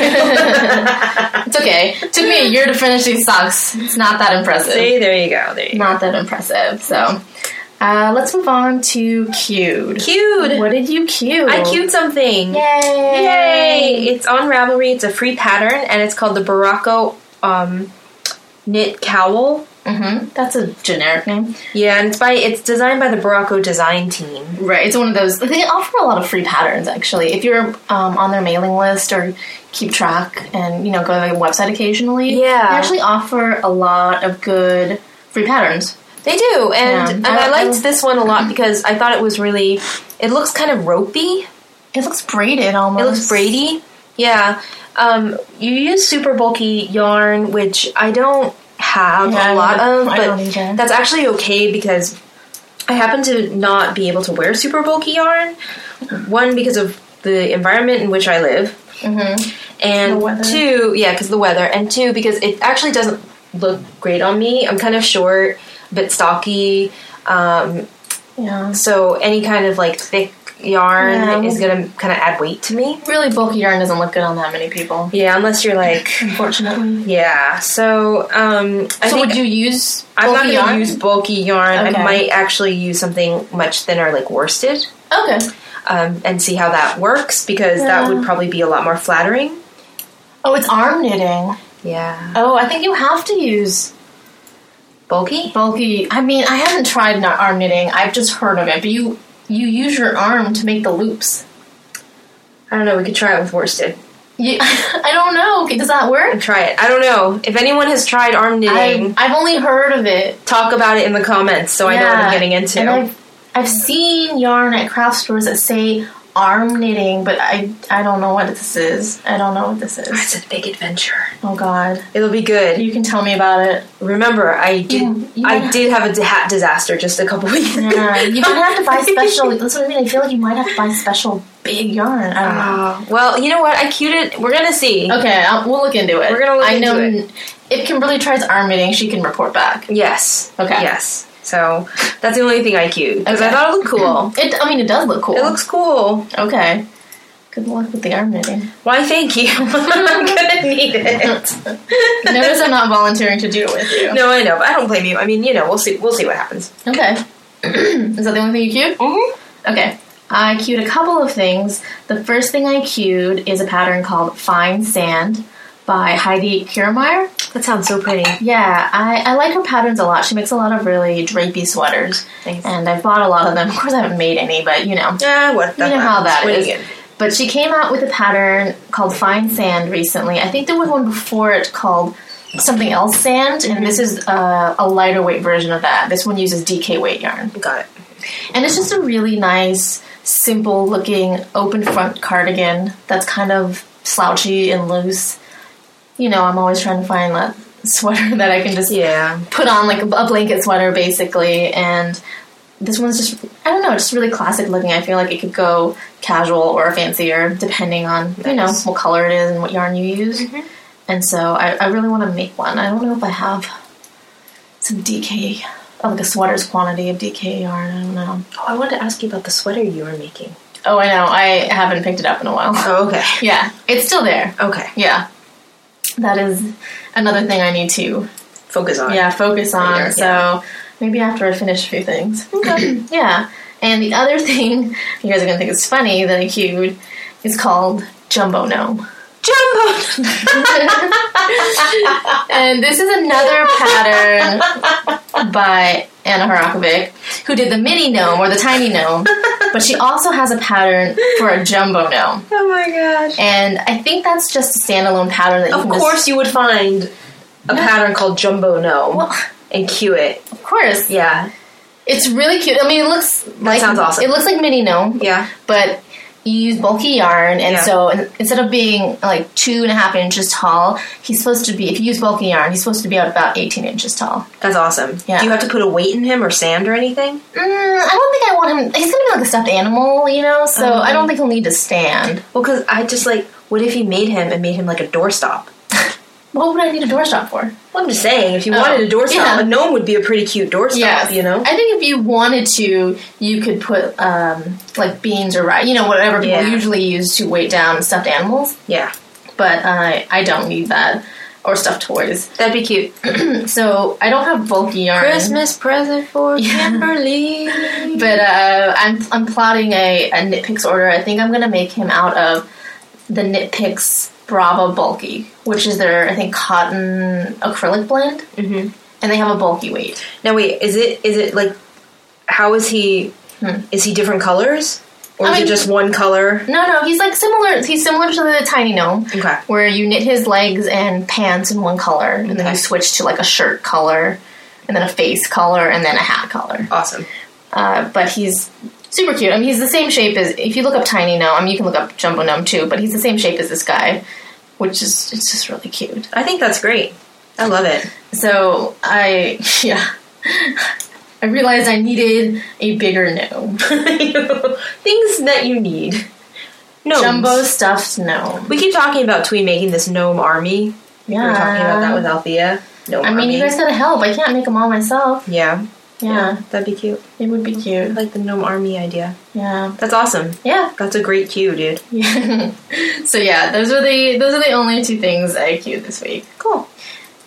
Speaker 1: It's okay. It took me a year to finish these socks. It's not that impressive.
Speaker 2: See, there you go. There you go.
Speaker 1: Not that impressive. So, uh, let's move on to cued.
Speaker 2: Cute.
Speaker 1: What did you cue?
Speaker 2: I cued something. Yay!
Speaker 1: Yay!
Speaker 2: It's on Ravelry. It's a free pattern, and it's called the Barocco um, Knit Cowl.
Speaker 1: hmm That's a generic name,
Speaker 2: Yeah, and it's by it's designed by the Barocco design team.
Speaker 1: right? It's one of those. They offer a lot of free patterns, actually. If you're um, on their mailing list or keep track, and you know, go to their website occasionally,
Speaker 2: Yeah.
Speaker 1: they actually offer a lot of good free patterns.
Speaker 2: They do, and,
Speaker 1: Yeah.
Speaker 2: and I,
Speaker 1: I-
Speaker 2: liked
Speaker 1: I-
Speaker 2: this one a lot because I thought it was really. It looks kind of ropey.
Speaker 1: It looks braided
Speaker 2: It
Speaker 1: almost.
Speaker 2: looks brady. Yeah. Um, you use super bulky yarn, which I don't have
Speaker 1: Yeah, I
Speaker 2: a lot
Speaker 1: don't-
Speaker 2: of,
Speaker 1: I don't either.
Speaker 2: but that's actually okay because I happen to not be able to wear super bulky yarn. One, because of the environment in which I live,
Speaker 1: Mm-hmm. The weather.
Speaker 2: and two, yeah, because the weather, and two, because it actually doesn't look great on me. I'm kind of short, a bit stocky, um,
Speaker 1: Yeah.
Speaker 2: so any kind of like thick yarn
Speaker 1: Yeah.
Speaker 2: is gonna kind of add weight to me.
Speaker 1: Really bulky yarn doesn't look good on that many people,
Speaker 2: Yeah, unless you're like
Speaker 1: unfortunately.
Speaker 2: Yeah. So um, I
Speaker 1: so
Speaker 2: think
Speaker 1: would you use bulky
Speaker 2: I'm not gonna
Speaker 1: yarn?
Speaker 2: use bulky yarn.
Speaker 1: Okay.
Speaker 2: I might actually use something much thinner, like worsted,
Speaker 1: okay.
Speaker 2: um, and see how that works because
Speaker 1: Yeah.
Speaker 2: that would probably be a lot more flattering.
Speaker 1: Oh, it's arm knitting.
Speaker 2: Yeah.
Speaker 1: Oh, I think you have to use
Speaker 2: Bulky.
Speaker 1: bulky. I mean, I haven't tried not arm knitting. I've just heard of it. But you you use your arm to make the loops.
Speaker 2: I don't know. We could try it with worsted.
Speaker 1: You, I don't know. Does that work?
Speaker 2: Try it. I don't know if anyone has tried arm knitting.
Speaker 1: I, I've only heard of it.
Speaker 2: talk about it in the comments so I know what
Speaker 1: Yeah,
Speaker 2: I'm getting into.
Speaker 1: And I've, I've seen yarn at craft stores that say arm knitting, but I I don't know what this is. I don't know what this is.
Speaker 2: it's a big adventure.
Speaker 1: Oh God,
Speaker 2: It'll be good.
Speaker 1: you can tell me about it.
Speaker 2: Remember, I did.
Speaker 1: You- you
Speaker 2: I
Speaker 1: might-
Speaker 2: did have a d- hat disaster just a couple weeks ago.
Speaker 1: Yeah, you might have to buy special. That's what I mean. I feel like you might have to buy special big yarn. I don't know.
Speaker 2: Uh, well, you know what? I cued it. We're gonna see.
Speaker 1: Ah. Okay, I'll, we'll look into it.
Speaker 2: We're gonna look
Speaker 1: I know
Speaker 2: into
Speaker 1: n- if Kimberly tries arm knitting, she can report back.
Speaker 2: Yes.
Speaker 1: Okay.
Speaker 2: Yes. So that's the only thing I cued because I
Speaker 1: Okay.
Speaker 2: thought it looked cool.
Speaker 1: It. I mean, it does look cool.
Speaker 2: It looks cool.
Speaker 1: okay. Good luck with the arm knitting.
Speaker 2: Why? Thank you. I'm gonna need it.
Speaker 1: Notice I'm not volunteering to do it with you.
Speaker 2: No, I know. But I don't blame you. I mean, you know, we'll see. We'll see what happens.
Speaker 1: Okay. Is that the only thing you cued?
Speaker 2: Mm-hmm.
Speaker 1: Okay. I cued a couple of things. The first thing I cued is a pattern called Fine Sand by Heidi Kiermaier.
Speaker 2: That sounds so pretty.
Speaker 1: Yeah, I, I like her patterns a lot. She makes a lot of really drapey sweaters.
Speaker 2: Thanks.
Speaker 1: And I've bought a lot of them. Of course, I haven't made any, but you know.
Speaker 2: Ah, what the
Speaker 1: You know how that
Speaker 2: What do
Speaker 1: is.
Speaker 2: you get?
Speaker 1: But she came out with a pattern called Fine Sand recently. I think there was one before it called something else sand, and this is uh, a lighter weight version of that. This one uses DK weight yarn.
Speaker 2: Got it.
Speaker 1: And it's just a really nice, simple looking open front cardigan that's kind of slouchy and loose. You know, I'm always trying to find that sweater that I can just
Speaker 2: Yeah.
Speaker 1: put on like a blanket sweater basically. And this one's just, I don't know, it's just really classic looking. I feel like it could go casual or fancier depending on, you know,
Speaker 2: Nice.
Speaker 1: what color it is and what yarn you use. And so I, I really want to make one. I don't know if I have some DK, like a sweater's quantity of DK yarn. I don't know.
Speaker 2: Oh, I wanted to ask you about the sweater you were making.
Speaker 1: Oh, I know. I haven't picked it up in a while.
Speaker 2: Oh, okay.
Speaker 1: Yeah, it's still there.
Speaker 2: Okay.
Speaker 1: Yeah. That is another thing I need to
Speaker 2: Focus on. it.
Speaker 1: yeah, focus on.
Speaker 2: Later,
Speaker 1: so maybe after I finish a few things. yeah. And the other thing you guys are going to think is funny that I cued is called Jumbo Gnome.
Speaker 2: Jumbo.
Speaker 1: And this is another pattern by Anna Horakovic, who did the mini gnome or the tiny gnome, but she also has a pattern for a jumbo gnome.
Speaker 2: Oh my gosh.
Speaker 1: And I think that's just a standalone pattern that you
Speaker 2: Of
Speaker 1: can just-
Speaker 2: course, you would find a pattern called Jumbo Gnome
Speaker 1: Well,
Speaker 2: and cue it.
Speaker 1: of course.
Speaker 2: Yeah.
Speaker 1: It's really cute. I mean, it looks like
Speaker 2: sounds awesome.
Speaker 1: It looks like mini gnome,
Speaker 2: Yeah.
Speaker 1: but you use bulky yarn, and
Speaker 2: Yeah.
Speaker 1: so in- instead of being like two and a half inches tall, he's supposed to be. If you use bulky yarn, he's supposed to be out about eighteen inches tall.
Speaker 2: That's awesome.
Speaker 1: Yeah.
Speaker 2: Do you have to put a weight in him or sand or anything?
Speaker 1: Mm, I don't think I want him. He's gonna be like a stuffed animal, you know. So
Speaker 2: Okay.
Speaker 1: I don't think he'll need to stand.
Speaker 2: Well, because I just like, what if you made him and made him like a doorstop?
Speaker 1: What would I need a doorstop for?
Speaker 2: Well, I'm just saying, if you
Speaker 1: Oh,
Speaker 2: wanted a doorstop,
Speaker 1: yeah.
Speaker 2: a gnome would be a pretty cute doorstop, you know?
Speaker 1: I think if you wanted to, you could put um, like beans or rye, you know, whatever people
Speaker 2: Yeah.
Speaker 1: usually use to weight down stuffed animals.
Speaker 2: Yeah.
Speaker 1: But uh, I don't need that or stuffed toys.
Speaker 2: That'd be cute.
Speaker 1: So I don't have bulky yarn.
Speaker 2: Christmas present for Kimberly.
Speaker 1: But uh, I'm I'm plotting a, a knit picks order. I think I'm gonna make him out of the knit picks Brava bulky, which is their I think cotton acrylic blend,
Speaker 2: hmm
Speaker 1: and they have a bulky weight.
Speaker 2: Now, wait, is it, is it like, how is he,
Speaker 1: Hmm.
Speaker 2: is he different colors? Or
Speaker 1: I
Speaker 2: is
Speaker 1: mean-
Speaker 2: it just one color?
Speaker 1: No, no, he's like similar. He's similar to the tiny gnome,
Speaker 2: Okay.
Speaker 1: where you knit his legs and pants in one color, and then
Speaker 2: Okay.
Speaker 1: you switch to like a shirt color, and then a face color, and then a hat color.
Speaker 2: Awesome.
Speaker 1: Uh, but he's super cute. I mean, he's the same shape as if you look up Tiny Gnome. I mean, you can look up Jumbo Gnome too, but he's the same shape as this guy, which is it's just really cute.
Speaker 2: I think that's great. I love it.
Speaker 1: So I yeah. I realized I needed a bigger gnome.
Speaker 2: Things that you need. Gnomes.
Speaker 1: Jumbo stuffed gnome.
Speaker 2: We keep talking about Twee making this gnome army.
Speaker 1: Yeah.
Speaker 2: We were talking about that with Althea. Gnome
Speaker 1: I mean,
Speaker 2: army.
Speaker 1: you guys gotta help. I can't make them all myself.
Speaker 2: yeah.
Speaker 1: Yeah,
Speaker 2: That'd be cute.
Speaker 1: it would be
Speaker 2: I
Speaker 1: cute.
Speaker 2: like the gnome army idea.
Speaker 1: Yeah.
Speaker 2: That's awesome.
Speaker 1: Yeah.
Speaker 2: That's a great cue, dude.
Speaker 1: so yeah, those are the those are the only two things I queued this week.
Speaker 2: Cool.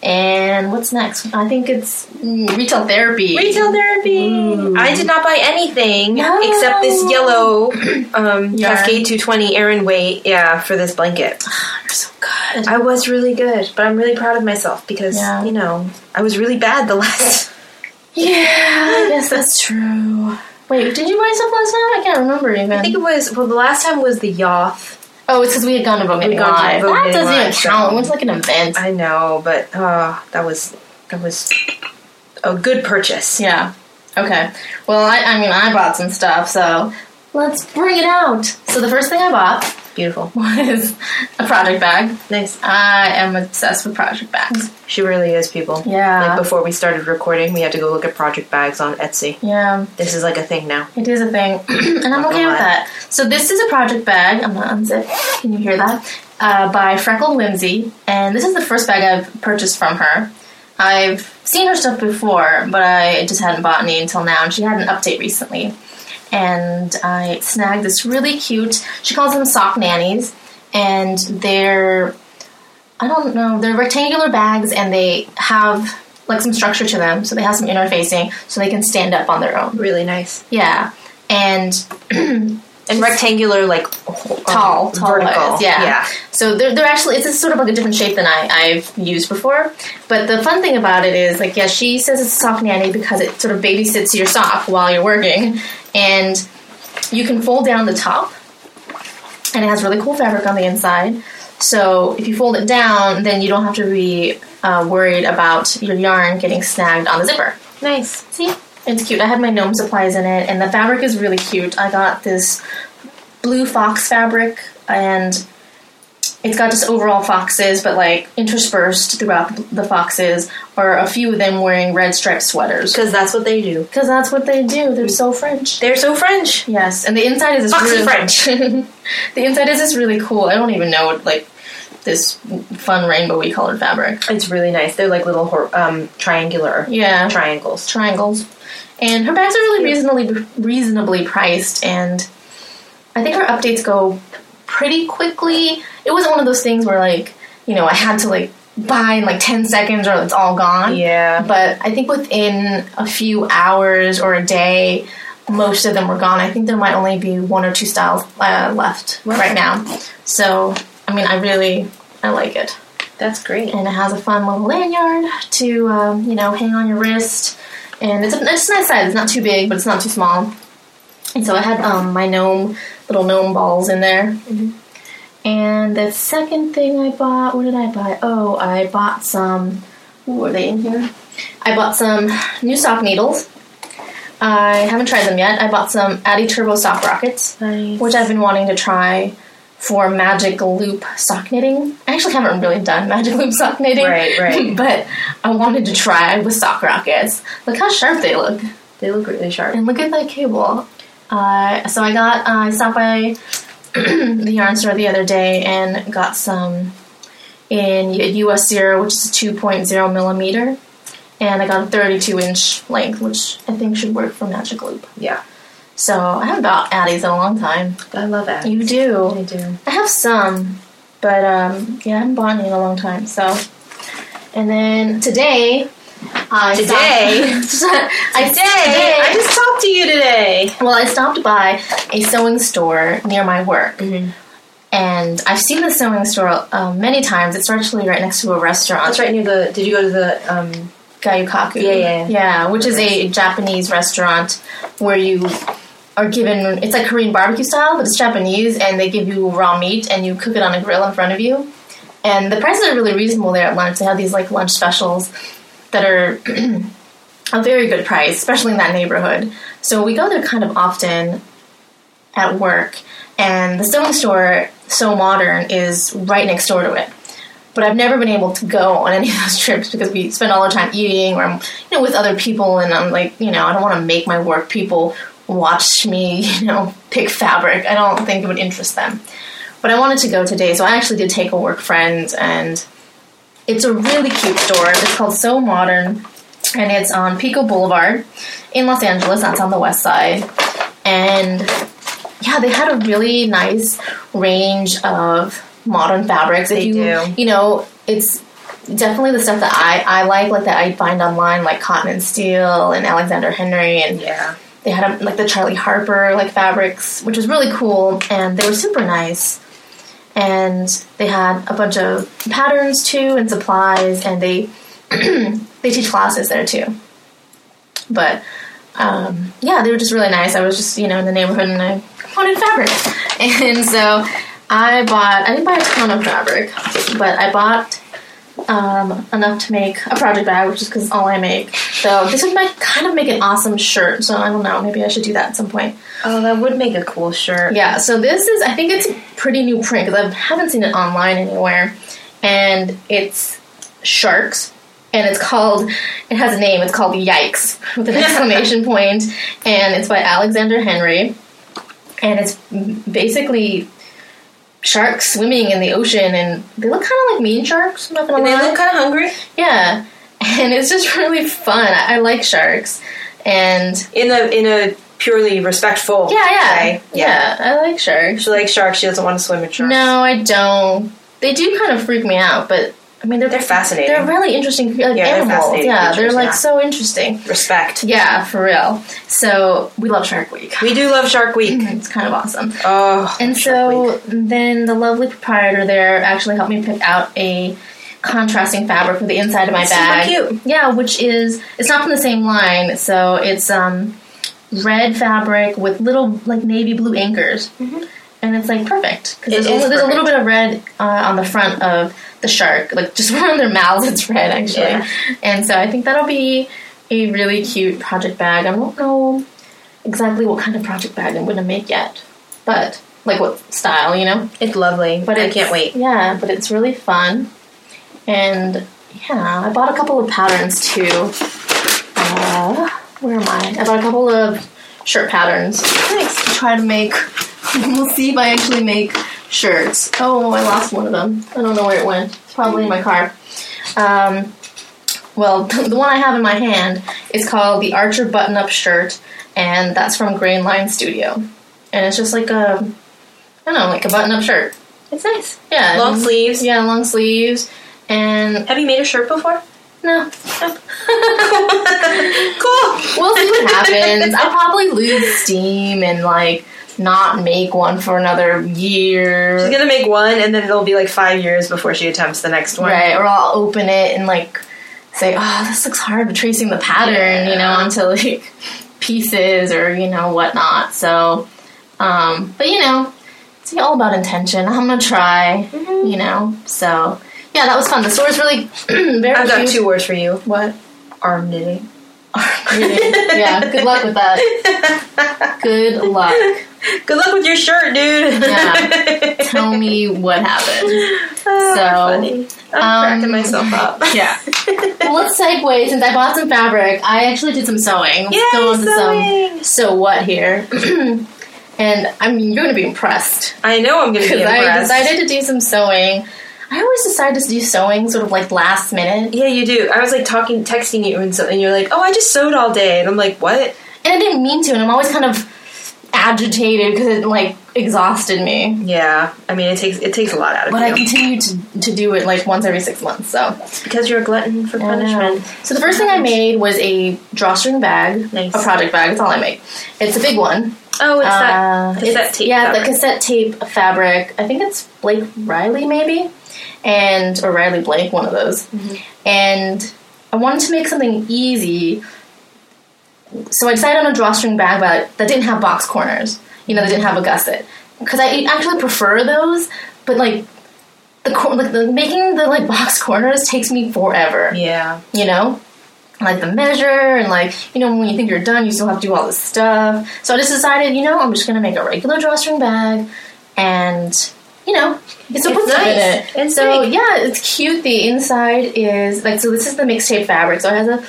Speaker 1: And what's next? I think it's mm, retail therapy.
Speaker 2: Retail therapy.
Speaker 1: Ooh.
Speaker 2: I did not buy anything
Speaker 1: No.
Speaker 2: except this yellow um,
Speaker 1: Yarn.
Speaker 2: Cascade 220 Erin weight. Yeah, for this blanket.
Speaker 1: You're so good.
Speaker 2: I was really good, but I'm really proud of myself because
Speaker 1: Yeah.
Speaker 2: you know I was really bad the last.
Speaker 1: Yeah, I guess that's true. Wait, did you buy stuff last time? I can't remember even.
Speaker 2: I think it was well. The last time was the Yoth.
Speaker 1: oh, it's because we had gone to Vogue
Speaker 2: We'd
Speaker 1: Knitting
Speaker 2: gone to
Speaker 1: Live.
Speaker 2: Vogue
Speaker 1: That
Speaker 2: Knitting
Speaker 1: doesn't even
Speaker 2: Live, so-
Speaker 1: count. It was like an event.
Speaker 2: I know, but uh, that was that was a good purchase.
Speaker 1: yeah. Okay. Well, I, I mean, I bought some stuff, so let's bring it out. So the first thing I bought
Speaker 2: Beautiful,
Speaker 1: was a project bag.
Speaker 2: nice.
Speaker 1: I am obsessed with project bags.
Speaker 2: She really is, people.
Speaker 1: Yeah.
Speaker 2: Like before we started recording, we had to go look at project bags on Etsy.
Speaker 1: Yeah,
Speaker 2: This is like a thing now.
Speaker 1: it is a thing, and I'm
Speaker 2: Not
Speaker 1: okay
Speaker 2: gonna
Speaker 1: with
Speaker 2: lie.
Speaker 1: that. So this is a project bag. I'm gonna unzip. Can you hear that? Uh, by Freckled Whimsy, and this is the first bag I've purchased from her. I've seen her stuff before, but I just hadn't bought any until now, and she had an update recently. And I snagged this really cute. She calls them sock nannies, and they're I don't know. They're rectangular bags and they have like some structure to them, so they have some interfacing, so they can stand up on their own.
Speaker 2: Really nice
Speaker 1: Yeah, and
Speaker 2: and rectangular, like um,
Speaker 1: tall, tall
Speaker 2: vertical.
Speaker 1: legs, Yeah.
Speaker 2: yeah.
Speaker 1: So they're, they're actually it's a sort of like a different shape than I, I've used before. But the fun thing about it is like yeah, she says it's a sock nanny because it sort of babysits your sock while you're working, and you can fold down the top, and it has really cool fabric on the inside. So if you fold it down, then you don't have to be uh, worried about your yarn getting snagged on the zipper.
Speaker 2: Nice.
Speaker 1: See, it's cute. I had my gnome supplies in it, and the fabric is really cute. I got this blue fox fabric, and it's got just overall foxes, but like interspersed throughout the foxes are a few of them wearing red striped sweaters.
Speaker 2: Because that's what they do.
Speaker 1: Because that's what they do. They're so French.
Speaker 2: They're so French.
Speaker 1: Yes, and the inside is this
Speaker 2: Foxy
Speaker 1: really
Speaker 2: French.
Speaker 1: the inside is this really cool. I don't even know what like this fun rainbowy colored fabric.
Speaker 2: It's really nice. They're like little hor- um, triangular
Speaker 1: Yeah,
Speaker 2: triangles.
Speaker 1: triangles. And her bags are really reasonably reasonably priced, and I think her updates go pretty quickly. It wasn't one of those things where like you know I had to like buy in like ten seconds or it's all gone.
Speaker 2: Yeah.
Speaker 1: But I think within a few hours or a day, most of them were gone. I think there might only be one or two styles uh, left right now. So I mean, I really I like it
Speaker 2: That's great.
Speaker 1: and it has a fun little lanyard to um, you know hang on your wrist and it's a, it's a nice size it's not too big but it's not too small and so i had um, my gnome little gnome balls in there and the second thing i bought what did i buy oh i bought some ooh, were they in here i bought some new sock needles i haven't tried them yet i bought some addy turbo sock rockets
Speaker 2: Nice.
Speaker 1: which I've been wanting to try for magic loop sock knitting. I actually haven't really done magic loop sock knitting,
Speaker 2: Right, right.
Speaker 1: but I wanted to try with sock rockets. Look how sharp they look,
Speaker 2: They look really sharp.
Speaker 1: and look at that cable. Uh, so I got uh, I stopped by the yarn store the other day and got some in US zero, which is two point zero millimeter, and I got a thirty two inch length, which I think should work for magic loop.
Speaker 2: Yeah.
Speaker 1: So I haven't bought Addies in a long time.
Speaker 2: I love that.
Speaker 1: You do.
Speaker 2: I do.
Speaker 1: I have some, but um, yeah, I haven't bought any in a long time. So, and then today, I
Speaker 2: Today?
Speaker 1: stopped, I,
Speaker 2: Today, I just talked to you today.
Speaker 1: well, I stopped by a sewing store near my work, and I've seen the sewing store uh, many times. It's actually right next to a restaurant.
Speaker 2: That's right near the. Did you go to the? Um,
Speaker 1: Gayukaku.
Speaker 2: Yeah, yeah, yeah.
Speaker 1: which is a Japanese restaurant where you are given it's like Korean barbecue style, but it's Japanese, and they give you raw meat and you cook it on a grill in front of you. And the prices are really reasonable there at lunch. They have these like lunch specials that are a very good price, especially in that neighborhood. So we go there kind of often, at work, and the sewing store, So Modern, is right next door to it. But I've never been able to go on any of those trips because we spend all our time eating or I'm, you know, with other people, and I'm like, you know, I don't want to make my work people watch me, you know, pick fabric. I don't think it would interest them. But I wanted to go today, so I actually did take a work friend, and it's a really cute store. It's called So Modern, and it's on Pico Boulevard in Los Angeles. That's on the west side, and yeah, they had a really nice range of modern fabrics.
Speaker 2: They
Speaker 1: you,
Speaker 2: do.
Speaker 1: you know, it's definitely the stuff that I, I like, like that I find online, like Cotton and Steel and Alexander Henry, and
Speaker 2: Yeah.
Speaker 1: they had um, like the Charlie Harper like fabrics, which was really cool, and they were super nice. And they had a bunch of patterns too and supplies, and they they teach classes there too. But um, yeah, they were just really nice. I was just you know in the neighborhood and I wanted fabric, and so I bought. I didn't buy a ton of fabric, but I bought um, enough to make a project bag, which is because all I make. So this would make, kind of make an awesome shirt. So I don't know. Maybe I should do that at some point.
Speaker 2: Oh, that would make a cool shirt.
Speaker 1: Yeah. So this is. I think it's a pretty new print because I haven't seen it online anywhere, and it's sharks. And it's called, it has a name, it's called Yikes, with an exclamation point, and it's by Alexander Henry. And it's basically sharks swimming in the ocean, and they look kind of like mean sharks, I'm not gonna
Speaker 2: And they
Speaker 1: lie.
Speaker 2: look kind of hungry.
Speaker 1: Yeah, and it's just really fun. I, I like sharks, and
Speaker 2: In a in a purely respectful
Speaker 1: yeah, yeah,
Speaker 2: way.
Speaker 1: yeah, I like sharks.
Speaker 2: She likes sharks. She doesn't want to swim with sharks.
Speaker 1: No, I don't. They do kind of freak me out, but I mean they're
Speaker 2: They're fascinating.
Speaker 1: They're really interesting, like
Speaker 2: Yeah, they're
Speaker 1: animals.
Speaker 2: fascinating
Speaker 1: yeah, they're
Speaker 2: creatures,
Speaker 1: like
Speaker 2: yeah.
Speaker 1: so interesting.
Speaker 2: Respect.
Speaker 1: Yeah, for real. So we love Shark Week.
Speaker 2: We do love Shark Week.
Speaker 1: It's kind of awesome.
Speaker 2: Oh,
Speaker 1: Mm-hmm. And
Speaker 2: Shark
Speaker 1: so
Speaker 2: Week.
Speaker 1: then the lovely proprietor there actually helped me pick out a contrasting fabric for the inside of my
Speaker 2: Super
Speaker 1: bag.
Speaker 2: cute.
Speaker 1: Yeah, which is it's not from the same line, so it's um red fabric with little like navy blue anchors. And it's like perfect because
Speaker 2: Mm-hmm. It
Speaker 1: there's,
Speaker 2: is
Speaker 1: only- there's a little
Speaker 2: perfect.
Speaker 1: bit of red uh, on the front of the shark, like just around their mouths. It's red actually,
Speaker 2: Yeah.
Speaker 1: and so I think that'll be a really cute project bag. I don't know exactly what kind of project bag I'm going to make yet, but like what style, you know.
Speaker 2: it's lovely.
Speaker 1: But
Speaker 2: But I
Speaker 1: it's-
Speaker 2: can't wait.
Speaker 1: Yeah, but it's really fun, and yeah, I bought a couple of patterns too. Uh, where am I? I bought a couple of shirt patterns. Thanks. To try to make. we'll see if I actually make shirts. Oh, I lost one of them. I don't know where it went. It's probably in my car. Um, well, the one I have in my hand is called the Archer Button Up Shirt, and that's from Grain Line Studio. And it's just like a, I don't know, like a button up shirt.
Speaker 2: It's nice.
Speaker 1: Yeah.
Speaker 2: Long sleeves.
Speaker 1: Um, Yeah, long sleeves. And
Speaker 2: Have you made a shirt before?
Speaker 1: no,
Speaker 2: cool.
Speaker 1: we'll see what happens. I'll probably lose steam and like not make one for another
Speaker 2: She's
Speaker 1: year.
Speaker 2: gonna make one, and then it'll be like five years before she attempts the next one.
Speaker 1: Right, or I'll open it and like say, oh, this looks hard, but tracing the pattern, you know,
Speaker 2: Yeah.
Speaker 1: onto like pieces or, you know, whatnot. So, um, but you know, it's all about intention. I'm gonna try,
Speaker 2: Mm-hmm.
Speaker 1: you know, so. Yeah, that was fun. The store is really very
Speaker 2: I've got
Speaker 1: cute.
Speaker 2: two words for you:
Speaker 1: What?
Speaker 2: arm knitting.
Speaker 1: yeah, good luck with that. Good luck.
Speaker 2: Good luck with your shirt, dude.
Speaker 1: Yeah. Tell me what happened.
Speaker 2: Oh,
Speaker 1: So, um,
Speaker 2: funny. I'm cracking myself up.
Speaker 1: Yeah. well, let's segue. Since I bought some fabric, I actually did some sewing. Let's
Speaker 2: Yay,
Speaker 1: some
Speaker 2: sewing.
Speaker 1: so what here. and I mean, you're going to be impressed
Speaker 2: I know I'm gonna be
Speaker 1: because I
Speaker 2: impressed.
Speaker 1: decided to do some sewing. I always decide to do sewing sort of like last minute,
Speaker 2: yeah, you do. I was like talking, texting you, and, so, and you're like, "Oh, I just sewed all day," and I'm like, "What?"
Speaker 1: and I didn't mean to, and I'm always kind of agitated because it like exhausted me.
Speaker 2: Yeah, I mean, it takes it takes a lot out of
Speaker 1: But I
Speaker 2: you
Speaker 1: continue to, to do it like once every six months, so.
Speaker 2: because you're a glutton for
Speaker 1: I know.
Speaker 2: punishment.
Speaker 1: So the first thing I made was a drawstring bag,
Speaker 2: Nice.
Speaker 1: a project bag. That's all I make. It's a big one.
Speaker 2: Oh, it's
Speaker 1: Uh,
Speaker 2: that cassette
Speaker 1: it's-
Speaker 2: tape.
Speaker 1: Yeah,
Speaker 2: fabric.
Speaker 1: the cassette tape fabric. I think it's Blake Riley, maybe, and or Riley Blake, one of those.
Speaker 2: Mm-hmm.
Speaker 1: And I wanted to make something easy, so I decided on a drawstring bag but that didn't have box corners. You know, that didn't have a gusset because I actually prefer those, but like. The, cor- like the making the like box corners takes me forever
Speaker 2: yeah.
Speaker 1: you know like the measure and like you know when you think you're done you still have to do all this stuff so i just decided you know i'm just going to make a regular drawstring bag and you know it's a
Speaker 2: It's
Speaker 1: book
Speaker 2: nice.
Speaker 1: in it
Speaker 2: It's
Speaker 1: so
Speaker 2: big.
Speaker 1: yeah it's cute the inside is like so this is the mixtape fabric so it has a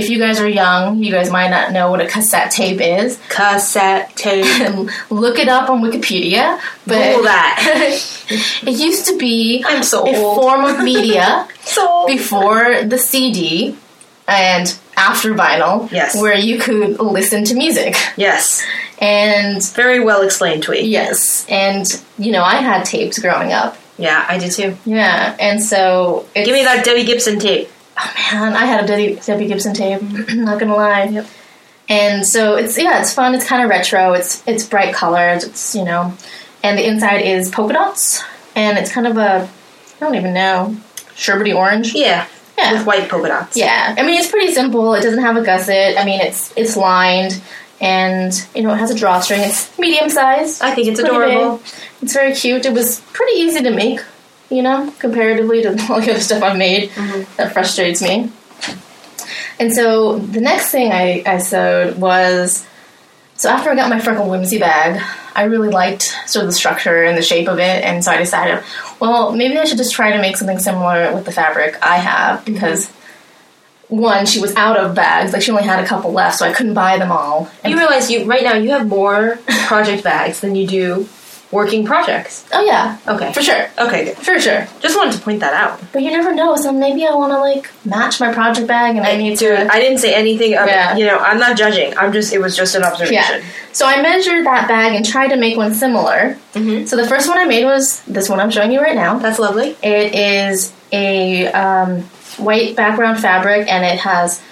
Speaker 1: if you guys are young you guys might not know what a cassette tape is
Speaker 2: Cassette tape.
Speaker 1: look it up on wikipedia but
Speaker 2: Google that.
Speaker 1: it used to be
Speaker 2: I'm so
Speaker 1: a
Speaker 2: old.
Speaker 1: form of media
Speaker 2: so old.
Speaker 1: before the CD and after vinyl,
Speaker 2: Yes.
Speaker 1: where you could listen to music.
Speaker 2: yes.
Speaker 1: And
Speaker 2: Very well explained, Tweet.
Speaker 1: yes, and you know, I had tapes growing up.
Speaker 2: Yeah, I do too.
Speaker 1: Yeah, and so it's,
Speaker 2: Give me that Debbie Gibson tape.
Speaker 1: Oh man, I had a Debbie, Debbie Gibson tape. not gonna lie. Yep. And so it's yeah, it's fun. It's kind of retro. It's it's bright colored. It's you know, and the inside is polka dots, and it's kind of a I don't even know sherbety orange.
Speaker 2: Yeah.
Speaker 1: Yeah.
Speaker 2: With white polka dots.
Speaker 1: Yeah, I mean it's pretty simple. It doesn't have a gusset. I mean it's it's lined, and you know it has a drawstring. It's medium sized.
Speaker 2: I think it's
Speaker 1: Pretty
Speaker 2: adorable.
Speaker 1: big. It's very cute. It was pretty easy to make, you know, comparatively to all the other stuff I've made.
Speaker 2: Mm-hmm.
Speaker 1: That frustrates me. And so the next thing I, I sewed was so after I got my freckle whimsy bag, I really liked sort of the structure and the shape of it, and so I decided, well, maybe I should just try to make something similar with the fabric I have
Speaker 2: Mm-hmm.
Speaker 1: because one, she was out of bags, like she only had a couple left, so I couldn't buy them all. And
Speaker 2: You realize you right now you have more project bags than you do working projects.
Speaker 1: oh yeah,
Speaker 2: Okay.
Speaker 1: for sure,
Speaker 2: Okay, good.
Speaker 1: for sure.
Speaker 2: Just wanted to point that out.
Speaker 1: But you never know, so maybe I want to like match my project bag and I need to.
Speaker 2: I didn't say anything. Um,
Speaker 1: Yeah.
Speaker 2: You know, I'm not judging. I'm just. It was just an
Speaker 1: Yeah.
Speaker 2: observation.
Speaker 1: So I measured that bag and tried to make one similar.
Speaker 2: Mhm.
Speaker 1: So the first one I made was this one I'm showing you right now.
Speaker 2: That's lovely.
Speaker 1: It is a um, white background fabric and it has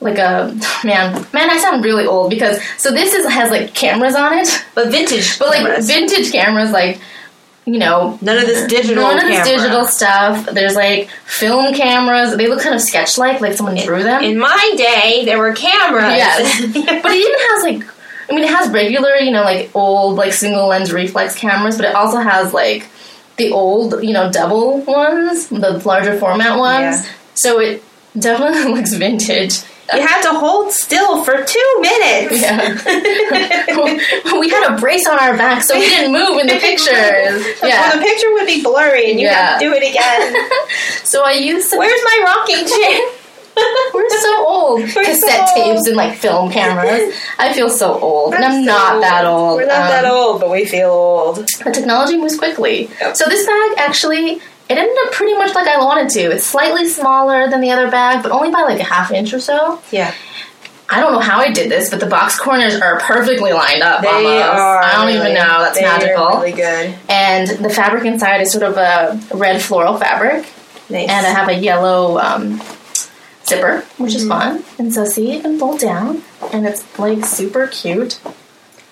Speaker 1: like a man man I sound really old because so this is has like cameras on it
Speaker 2: But vintage.
Speaker 1: but like
Speaker 2: cameras.
Speaker 1: vintage cameras like you know
Speaker 2: none of this digital.
Speaker 1: none of this
Speaker 2: camera.
Speaker 1: digital stuff there's like film cameras they look kind of sketch like like someone drew them
Speaker 2: In my day, there were cameras.
Speaker 1: Yes. but it even has like I mean it has regular, you know, like old like single lens reflex cameras, but it also has like the old, you know, double ones, the larger format ones.
Speaker 2: Yeah.
Speaker 1: So it definitely looks vintage.
Speaker 2: you had to hold still for two minutes.
Speaker 1: Yeah. we had a brace on our back so we didn't move in the pictures.
Speaker 2: Well,
Speaker 1: Yeah.
Speaker 2: the picture would be blurry, and you have to
Speaker 1: Yeah.
Speaker 2: do it again.
Speaker 1: So I used some
Speaker 2: Where's my rocking chair?
Speaker 1: We're so old.
Speaker 2: so
Speaker 1: Cassette
Speaker 2: old.
Speaker 1: tapes and like film cameras. I feel so old. and
Speaker 2: We're
Speaker 1: I'm
Speaker 2: so
Speaker 1: not that old.
Speaker 2: We're not
Speaker 1: Um,
Speaker 2: that old, but we feel old.
Speaker 1: But technology moves quickly.
Speaker 2: Yep.
Speaker 1: So this bag actually it ended up pretty much like I wanted to. It's slightly smaller than the other bag, but only by like a half inch or so.
Speaker 2: Yeah.
Speaker 1: I don't know how I did this, but the box corners are perfectly lined up.
Speaker 2: They
Speaker 1: almost.
Speaker 2: are.
Speaker 1: I don't even
Speaker 2: really-
Speaker 1: know. That's
Speaker 2: they are
Speaker 1: magical.
Speaker 2: Really good.
Speaker 1: and the fabric inside is sort of a red floral fabric,
Speaker 2: Nice.
Speaker 1: and I have a yellow um, zipper, which is
Speaker 2: Mm-hmm.
Speaker 1: fun. And so see, you can fold down, and it's like super cute.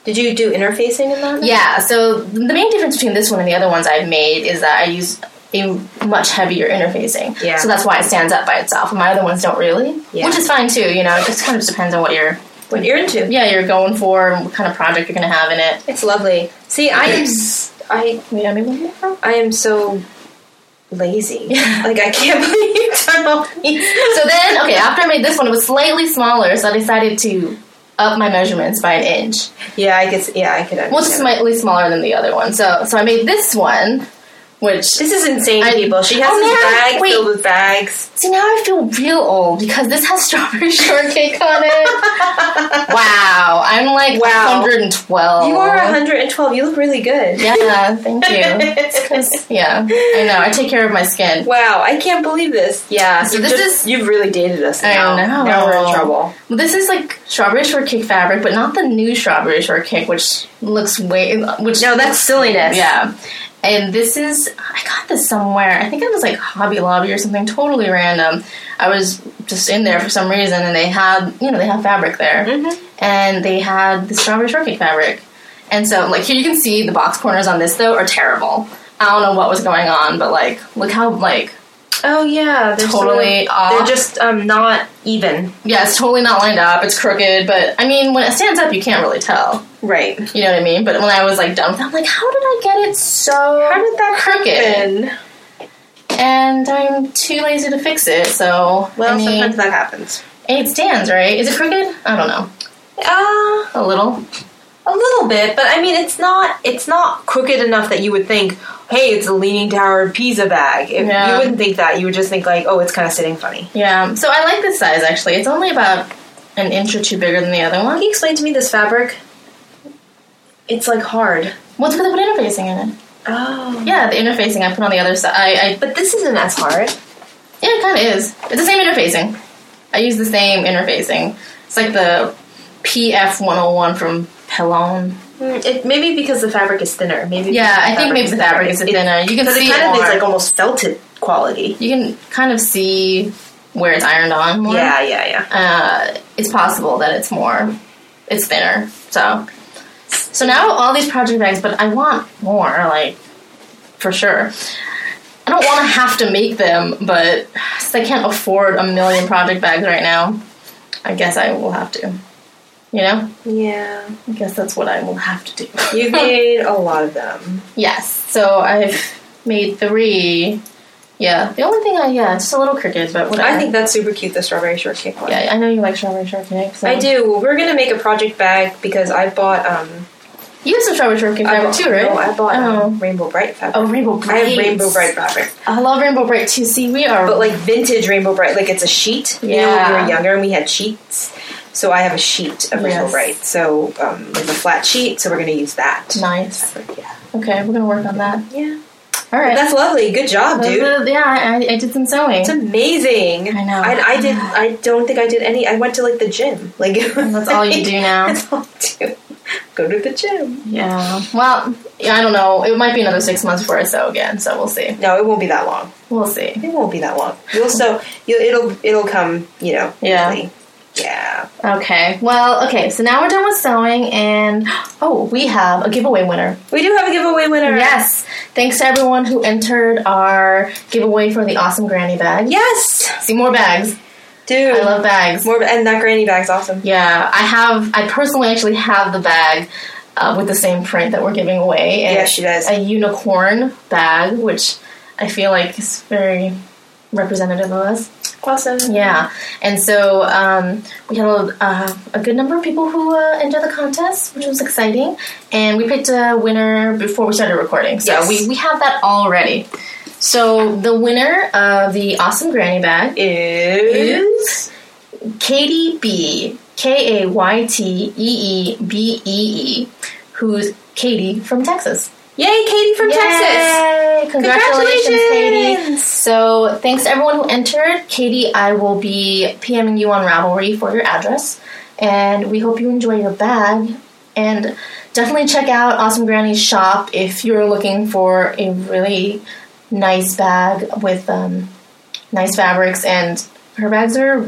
Speaker 2: Did you do interfacing in that?
Speaker 1: Yeah, so the main difference between this one and the other ones I've made is that I use a much heavier interfacing.
Speaker 2: Yeah.
Speaker 1: So that's why it stands up by itself. And my other ones don't really.
Speaker 2: Yeah.
Speaker 1: Which is fine too, you know, it just kind of depends on what you're
Speaker 2: What you're into.
Speaker 1: yeah, you're going for and what kind of project you're gonna have in it.
Speaker 2: It's lovely. See, I am. s- I
Speaker 1: Wait, I made one more.
Speaker 2: I am so lazy. like I can't believe you've done all these.
Speaker 1: So then okay, after I made this one it was slightly smaller, so I decided to up my measurements by an inch.
Speaker 2: Yeah, I could. s- Yeah, I could. Understand.
Speaker 1: Well it's slightly smaller than the other one. So so I made this one, which
Speaker 2: This is insane,
Speaker 1: I-
Speaker 2: people. She has
Speaker 1: Oh,
Speaker 2: this
Speaker 1: man,
Speaker 2: bag
Speaker 1: wait.
Speaker 2: filled with bags.
Speaker 1: See, now I feel real old because this has strawberry shortcake on it. wow, I'm like
Speaker 2: Wow.
Speaker 1: 112.
Speaker 2: You are 112. You look really good.
Speaker 1: Yeah, thank you. It's 'cause- yeah, I know. I take care of my skin.
Speaker 2: Wow, I can't believe this. Yeah,
Speaker 1: so
Speaker 2: you've
Speaker 1: this is-
Speaker 2: you've really dated us
Speaker 1: I
Speaker 2: now.
Speaker 1: know.
Speaker 2: Now we're in trouble.
Speaker 1: This is like strawberry shortcake fabric, but not the new strawberry shortcake, which looks way. Which
Speaker 2: No, that's silliness.
Speaker 1: Yeah. And this is, I got this somewhere. I think it was like Hobby Lobby or something totally random. I was just in there for some reason and they had, you know, they have fabric there. And they had the strawberry shortcake fabric. And so, like, here you can see the box corners on this, though, are terrible. I don't know what was going on, but like, look how, like,
Speaker 2: Oh yeah, they're
Speaker 1: Totally
Speaker 2: sort of-
Speaker 1: off.
Speaker 2: They're just um not even.
Speaker 1: yeah, it's totally not lined up. It's crooked, but I mean, when it stands up, you can't really tell.
Speaker 2: Right.
Speaker 1: You know what I mean? But when I was like done with it, I'm like, how did I get it so
Speaker 2: How did that
Speaker 1: crooked?
Speaker 2: happen?
Speaker 1: and I'm too lazy to fix it. So
Speaker 2: Well,
Speaker 1: I mean,
Speaker 2: sometimes that happens.
Speaker 1: it stands right. Is it crooked? I don't know. A
Speaker 2: Uh,
Speaker 1: little.
Speaker 2: a little bit, but I mean, it's not it's not crooked enough that you would think, hey, it's a leaning tower Pisa bag. If-
Speaker 1: Yeah.
Speaker 2: You wouldn't think that. You would just think like, oh, it's kind of sitting funny.
Speaker 1: Yeah. So I like this size actually. It's only about an inch or two bigger than the other
Speaker 2: Can
Speaker 1: one.
Speaker 2: you explain to me this fabric? It's like hard.
Speaker 1: What's with the interfacing in it?
Speaker 2: Oh.
Speaker 1: Yeah,
Speaker 2: Yeah,
Speaker 1: the interfacing I put on the other side. I, I
Speaker 2: but this isn't as hard.
Speaker 1: yeah, it kind of is. It's the same interfacing. I use the same interfacing. It's like the PF one hundred and one from Pelon.
Speaker 2: Mm, It, maybe because the fabric is thinner. Maybe
Speaker 1: Yeah,
Speaker 2: because
Speaker 1: I think maybe the fabric is
Speaker 2: It-
Speaker 1: thinner. You can
Speaker 2: Because
Speaker 1: see
Speaker 2: it
Speaker 1: it,
Speaker 2: kind of
Speaker 1: more.
Speaker 2: is like almost felted quality.
Speaker 1: you can kind of see where it's ironed on more.
Speaker 2: Yeah, yeah, yeah.
Speaker 1: uh, it's possible that it's more, it's thinner. So, so now all these project bags, but I want more, like for sure. I don't want to have to make them, but since I can't afford a million project bags right now, I guess I will have to. You know,
Speaker 2: Yeah.
Speaker 1: I guess that's what I will have to do.
Speaker 2: You've made a lot of them.
Speaker 1: Yes. So I've made three. Yeah. The only thing I yeah, it's just a little crooked, but whatever.
Speaker 2: I think that's super cute, the strawberry shortcake one.
Speaker 1: yeah, I know you like strawberry shortcake. So.
Speaker 2: I do. Well, We're gonna make a project bag because I bought um
Speaker 1: You have some strawberry shortcake
Speaker 2: I
Speaker 1: fabric
Speaker 2: bought-
Speaker 1: too, right?
Speaker 2: No, I bought
Speaker 1: Oh.
Speaker 2: um, Rainbow Bright fabric.
Speaker 1: Oh, Rainbow
Speaker 2: I
Speaker 1: Bright.
Speaker 2: have Rainbow Bright fabric,
Speaker 1: I love Rainbow Bright too. See, we are.
Speaker 2: but like vintage Rainbow Bright, like it's a sheet. You know, when we
Speaker 1: Yeah.
Speaker 2: were younger and we had sheets, so I have a sheet of Rainbow
Speaker 1: Yes.
Speaker 2: Bright. So um, like a flat sheet. So we're gonna use that.
Speaker 1: nice.
Speaker 2: Yeah.
Speaker 1: Okay, we're gonna work on that.
Speaker 2: Yeah.
Speaker 1: All right.
Speaker 2: That's lovely. Good job,
Speaker 1: Those
Speaker 2: dude.
Speaker 1: are- yeah, I, I did some sewing.
Speaker 2: It's amazing.
Speaker 1: I know.
Speaker 2: I, I did. I don't think I did any. I went to like the gym. Like
Speaker 1: That's all you do now.
Speaker 2: That's all I do. Go to the gym.
Speaker 1: Yeah. Well, yeah, I don't know. It might be another six months before I sew again, so we'll see.
Speaker 2: No, it won't be that long.
Speaker 1: We'll see.
Speaker 2: It won't be that long. You'll so you'll, it'll it'll come. You know.
Speaker 1: Yeah.
Speaker 2: easily. Yeah.
Speaker 1: Okay. Well, okay. So now we're done with sewing, and oh, we have a giveaway winner.
Speaker 2: We do have a giveaway winner.
Speaker 1: Yes. Thanks to everyone who entered our giveaway for the awesome granny bag.
Speaker 2: Yes.
Speaker 1: See more bags.
Speaker 2: Dude.
Speaker 1: I love bags.
Speaker 2: more. And that granny bag's awesome.
Speaker 1: Yeah, I have. I personally actually have the bag uh, with the same print that we're giving away. And
Speaker 2: Yeah, she does.
Speaker 1: A unicorn bag, which I feel like is very representative of us.
Speaker 2: Awesome.
Speaker 1: Yeah, and so um, we had a, uh, a good number of people who uh, entered the contest, which was exciting. And we picked a winner before we started recording, so
Speaker 2: Yes.
Speaker 1: we we have that already. So the winner of the awesome granny bag
Speaker 2: Is
Speaker 1: Katie B, K A Y T E E B E E, who's Katie from Texas.
Speaker 2: yay Katie from Texas.
Speaker 1: Yay! Congratulations, Katie.
Speaker 2: Congratulations.
Speaker 1: So, thanks to everyone who entered. Katie, I will be PMing you on Ravelry for your address, and we hope you enjoy your bag. And definitely check out Awesome Granny's shop if you're looking for a really nice bag with um, nice fabrics. And her bags are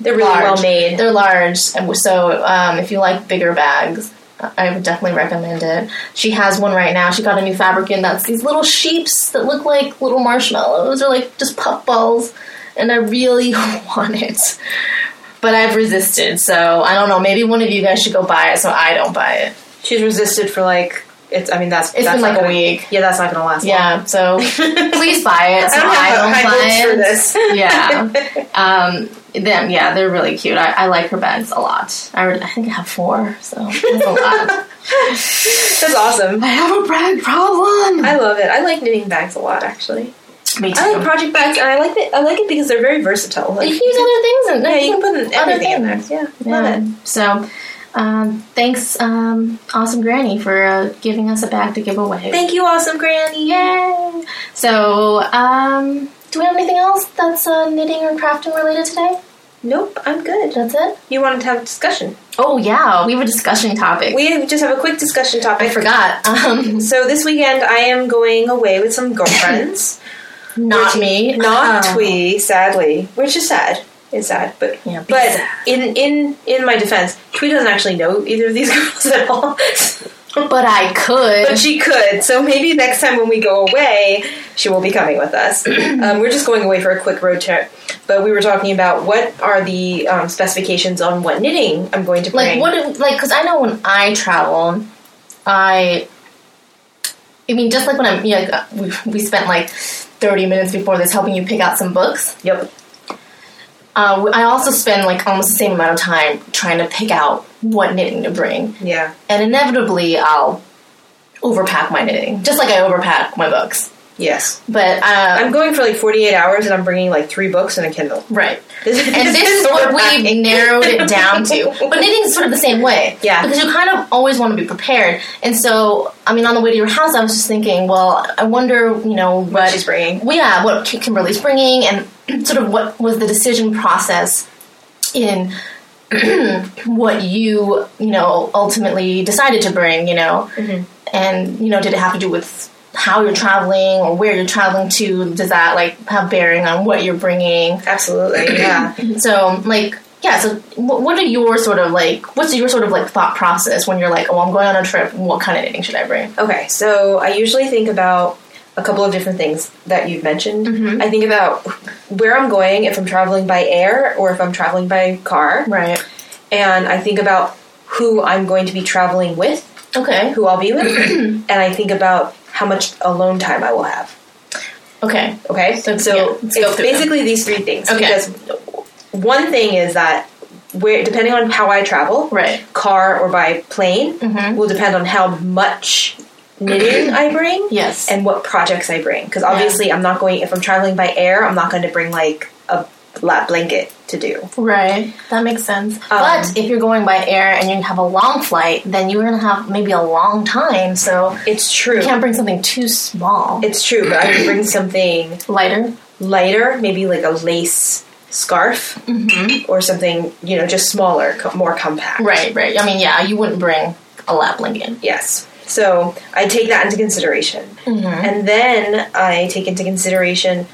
Speaker 2: They're really
Speaker 1: large.
Speaker 2: well made.
Speaker 1: They're large, and so um, if you like bigger bags, I would definitely recommend it. She has one right now. She got a new fabric in that's these little sheeps that look like little marshmallows or like just puff balls, and I really want it. But I've resisted, so I don't know. Maybe one of you guys should go buy it, so I don't buy it.
Speaker 2: She's resisted for like it's. I mean that's
Speaker 1: It's
Speaker 2: that's
Speaker 1: been
Speaker 2: not
Speaker 1: like a
Speaker 2: gonna-
Speaker 1: week.
Speaker 2: Yeah, that's not gonna last.
Speaker 1: Yeah, so please buy it. So I
Speaker 2: don't
Speaker 1: don't,
Speaker 2: have high
Speaker 1: buy
Speaker 2: hopes
Speaker 1: it.
Speaker 2: for this.
Speaker 1: yeah. Um, them, yeah, they're really cute. I, I like her bags a lot. I, already- I think I have four, so that's a lot.
Speaker 2: That's awesome.
Speaker 1: I have a bag problem.
Speaker 2: I love it. I like knitting bags a lot actually.
Speaker 1: Me too.
Speaker 2: I like project bags and I like it. I like it because they're very versatile. Like,
Speaker 1: you can use other things in
Speaker 2: yeah,
Speaker 1: there.
Speaker 2: you can put in
Speaker 1: other
Speaker 2: everything in there.
Speaker 1: things.
Speaker 2: Yeah,
Speaker 1: Yeah.
Speaker 2: love it.
Speaker 1: So, um, thanks, um, Awesome Granny, for uh, giving us a bag to give away.
Speaker 2: Thank you, awesome granny.
Speaker 1: Yay! So, um, do we have anything else that's uh, knitting or crafting related today?
Speaker 2: Nope, I'm good.
Speaker 1: That's it?
Speaker 2: You wanted to have a discussion.
Speaker 1: Oh yeah, we have a discussion topic.
Speaker 2: We just have a quick discussion
Speaker 1: I
Speaker 2: topic.
Speaker 1: forgot. Um,
Speaker 2: So this weekend I am going away with some girlfriends.
Speaker 1: not me.
Speaker 2: Not
Speaker 1: Um,
Speaker 2: we, sadly. Which is sad. It's sad, but
Speaker 1: Yeah, be
Speaker 2: but
Speaker 1: sad.
Speaker 2: in in in my defense, Twee doesn't actually know either of these girls at all.
Speaker 1: But I could.
Speaker 2: But she could, so maybe next time when we go away, she will be coming with us. um, we're just going away for a quick road trip, but we were talking about what are the um, specifications on what knitting I'm going to bring.
Speaker 1: like what? do- Like because I know when I travel, I. I mean, just like when I'm, yeah, we, we spent like 30 minutes before this helping you pick out some books.
Speaker 2: Yep.
Speaker 1: Uh, I also spend like almost the same amount of time trying to pick out what knitting to bring.
Speaker 2: Yeah.
Speaker 1: And inevitably, I'll overpack my knitting, just like I overpack my books.
Speaker 2: Yes.
Speaker 1: But uh,
Speaker 2: I'm going for like 48 hours and I'm bringing like three books and a Kindle.
Speaker 1: right.
Speaker 2: This,
Speaker 1: And this, is what
Speaker 2: overpacking.
Speaker 1: we narrowed it down to. But knitting is sort of the same way.
Speaker 2: Yeah.
Speaker 1: Because you kind of always want to be prepared. And so, I mean, on the way to your house, I was just thinking, well, I wonder, you know, what,
Speaker 2: she's bringing.
Speaker 1: Well, yeah, what Ki- Kimberly's bringing and sort of what was the decision process in what you, you know, ultimately decided to bring, you know.
Speaker 2: Mm-hmm.
Speaker 1: And, you know, did it have to do with how you're traveling or where you're traveling to? Does that, like, have bearing on what you're bringing?
Speaker 2: Absolutely. Yeah.
Speaker 1: So, like, yeah. So, wh- what are your sort of like? What's your sort of like thought process when you're like, oh, I'm going on a trip. What kind of knitting should I bring?
Speaker 2: Okay, so I usually think about a couple of different things that you've mentioned.
Speaker 1: Mm-hmm.
Speaker 2: I think about where I'm going, if I'm traveling by air or if I'm traveling by car.
Speaker 1: Right.
Speaker 2: And I think about who I'm going to be traveling with,
Speaker 1: Okay.
Speaker 2: who I'll be with, and I think about how much alone time I will have.
Speaker 1: Okay.
Speaker 2: Okay?
Speaker 1: So,
Speaker 2: So,
Speaker 1: yeah, let's go
Speaker 2: it's
Speaker 1: through them.
Speaker 2: basically these three things.
Speaker 1: Okay.
Speaker 2: Because one thing is that where depending on how I travel,
Speaker 1: Right.
Speaker 2: car or by plane,
Speaker 1: Mhm.
Speaker 2: will depend on how much knitting I bring
Speaker 1: Yes.
Speaker 2: and what projects I bring. Because obviously, I'm not going, if I'm traveling by air, I'm not going to bring like a lap blanket to do.
Speaker 1: right. That makes sense. but if you're going by air and you have a long flight, then you're gonna have maybe a long time. So
Speaker 2: It's true.
Speaker 1: you can't bring something too small.
Speaker 2: It's true, but I can bring something
Speaker 1: lighter.
Speaker 2: lighter, maybe like a lace scarf
Speaker 1: Mm-hmm.
Speaker 2: or something, you know, just smaller, co- more compact.
Speaker 1: Right. Right. I mean, yeah. You wouldn't bring a lap blanket.
Speaker 2: Yes. So I take that into consideration. And then I take into consideration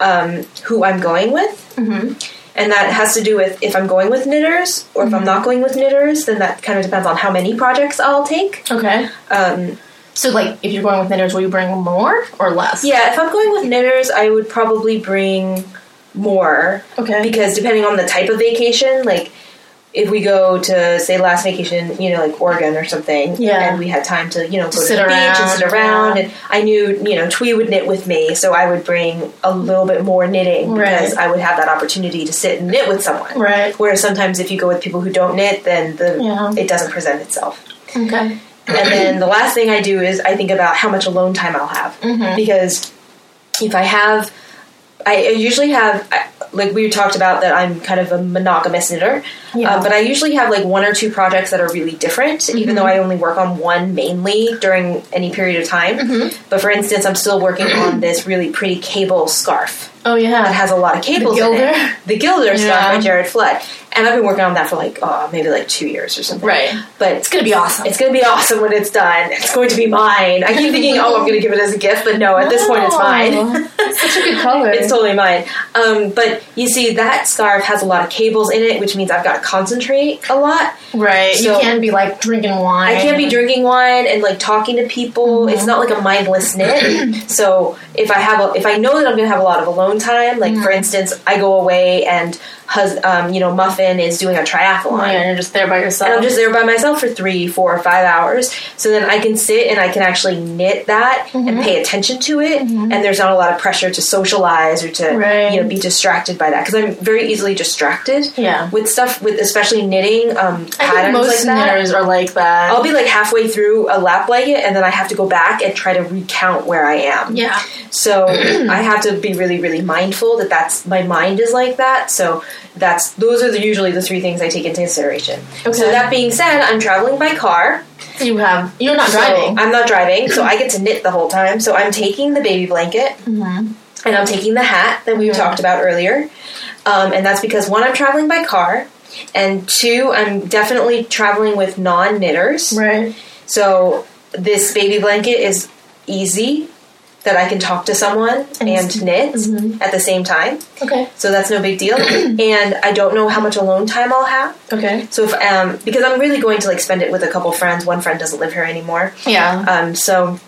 Speaker 2: um, who I'm going with.
Speaker 1: Mm-hmm.
Speaker 2: And that has to do with if I'm going with knitters or if I'm not going with knitters, then that kind of depends on how many projects I'll take.
Speaker 1: Okay.
Speaker 2: Um,
Speaker 1: So like, if you're going with knitters, will you bring more or less?
Speaker 2: yeah, if I'm going with knitters, I would probably bring more
Speaker 1: Okay.
Speaker 2: because depending on the type of vacation, like if we go to say last vacation, you know, like Oregon or something,
Speaker 1: Yeah.
Speaker 2: and we had time to you know go
Speaker 1: Sit
Speaker 2: to the beach
Speaker 1: around,
Speaker 2: and sit around,
Speaker 1: yeah.
Speaker 2: and I knew you know Twee would knit with me, so I would bring a little bit more knitting because
Speaker 1: Right.
Speaker 2: I would have that opportunity to sit and knit with someone.
Speaker 1: Right.
Speaker 2: Whereas sometimes if you go with people who don't knit, then the
Speaker 1: Yeah.
Speaker 2: it doesn't present itself.
Speaker 1: Okay.
Speaker 2: And then the last thing I do is I think about how much alone time I'll have
Speaker 1: Mm-hmm.
Speaker 2: because if I have, I I usually have I- like we talked about that I'm kind of a monogamous knitter,
Speaker 1: Yeah.
Speaker 2: uh, but I usually have like one or two projects that are really different, even
Speaker 1: Mm-hmm.
Speaker 2: though I only work on one mainly during any period of time.
Speaker 1: Mm-hmm.
Speaker 2: But for instance, I'm still working on this really pretty cable scarf
Speaker 1: Oh yeah.
Speaker 2: that has a lot of cables in
Speaker 1: Gilder?
Speaker 2: it. The Gilder
Speaker 1: Yeah.
Speaker 2: stuff by Jared Flood, and I've been working on that for like oh, maybe like two years or something.
Speaker 1: Right.
Speaker 2: but
Speaker 1: It's gonna be awesome.
Speaker 2: it's gonna be awesome when it's done. It's going to be mine. I keep thinking, oh, I'm gonna give it as a gift, but no, at this point, it's mine.
Speaker 1: It's such a good color.
Speaker 2: it's totally mine. Um, but you see, that scarf has a lot of cables in it, which means I've got to concentrate a lot.
Speaker 1: right.
Speaker 2: so-
Speaker 1: you can't be like drinking wine.
Speaker 2: I Mm-hmm. can't be drinking wine and like talking to people. It's not like a mindless knit. so if I have, a, if I know that I'm gonna have a lot of alone time, like for instance, I go away and, hus- um, you know, Muffin is doing a triathlon.
Speaker 1: Yeah, you're just there by yourself.
Speaker 2: and I'm just there by myself for three, four, or five hours. So then I can sit and I can actually knit that
Speaker 1: Mm-hmm.
Speaker 2: and pay attention to it. And there's not a lot of pressure to socialize or to
Speaker 1: Right.
Speaker 2: you know be distracted by that because I'm very easily distracted.
Speaker 1: Yeah.
Speaker 2: with stuff with especially knitting um, patterns
Speaker 1: I think
Speaker 2: like
Speaker 1: most
Speaker 2: that.
Speaker 1: knitters are like that.
Speaker 2: I'll be like halfway through a lap blanket and then I have to go back and try to recount where I am.
Speaker 1: yeah.
Speaker 2: So I have to be really, really mindful that that's my mind is like that. So that's those are the, usually the three things I take into consideration.
Speaker 1: Okay.
Speaker 2: So that being said, I'm traveling by car.
Speaker 1: You have. You're not
Speaker 2: so
Speaker 1: driving.
Speaker 2: I'm not driving, so I get to knit the whole time. So I'm taking the baby blanket,
Speaker 1: Mm-hmm.
Speaker 2: and I'm taking the hat that we
Speaker 1: Yeah.
Speaker 2: talked about earlier, um, and that's because one, I'm traveling by car, and two, I'm definitely traveling with non knitters.
Speaker 1: right.
Speaker 2: So this baby blanket is easy that I can talk to someone and, knit
Speaker 1: Mm-hmm.
Speaker 2: at the same time.
Speaker 1: Okay.
Speaker 2: So that's no big deal. and I don't know how much alone time I'll have.
Speaker 1: Okay.
Speaker 2: So if um because I'm really going to like spend it with a couple friends. One friend doesn't live here anymore.
Speaker 1: Yeah.
Speaker 2: Um so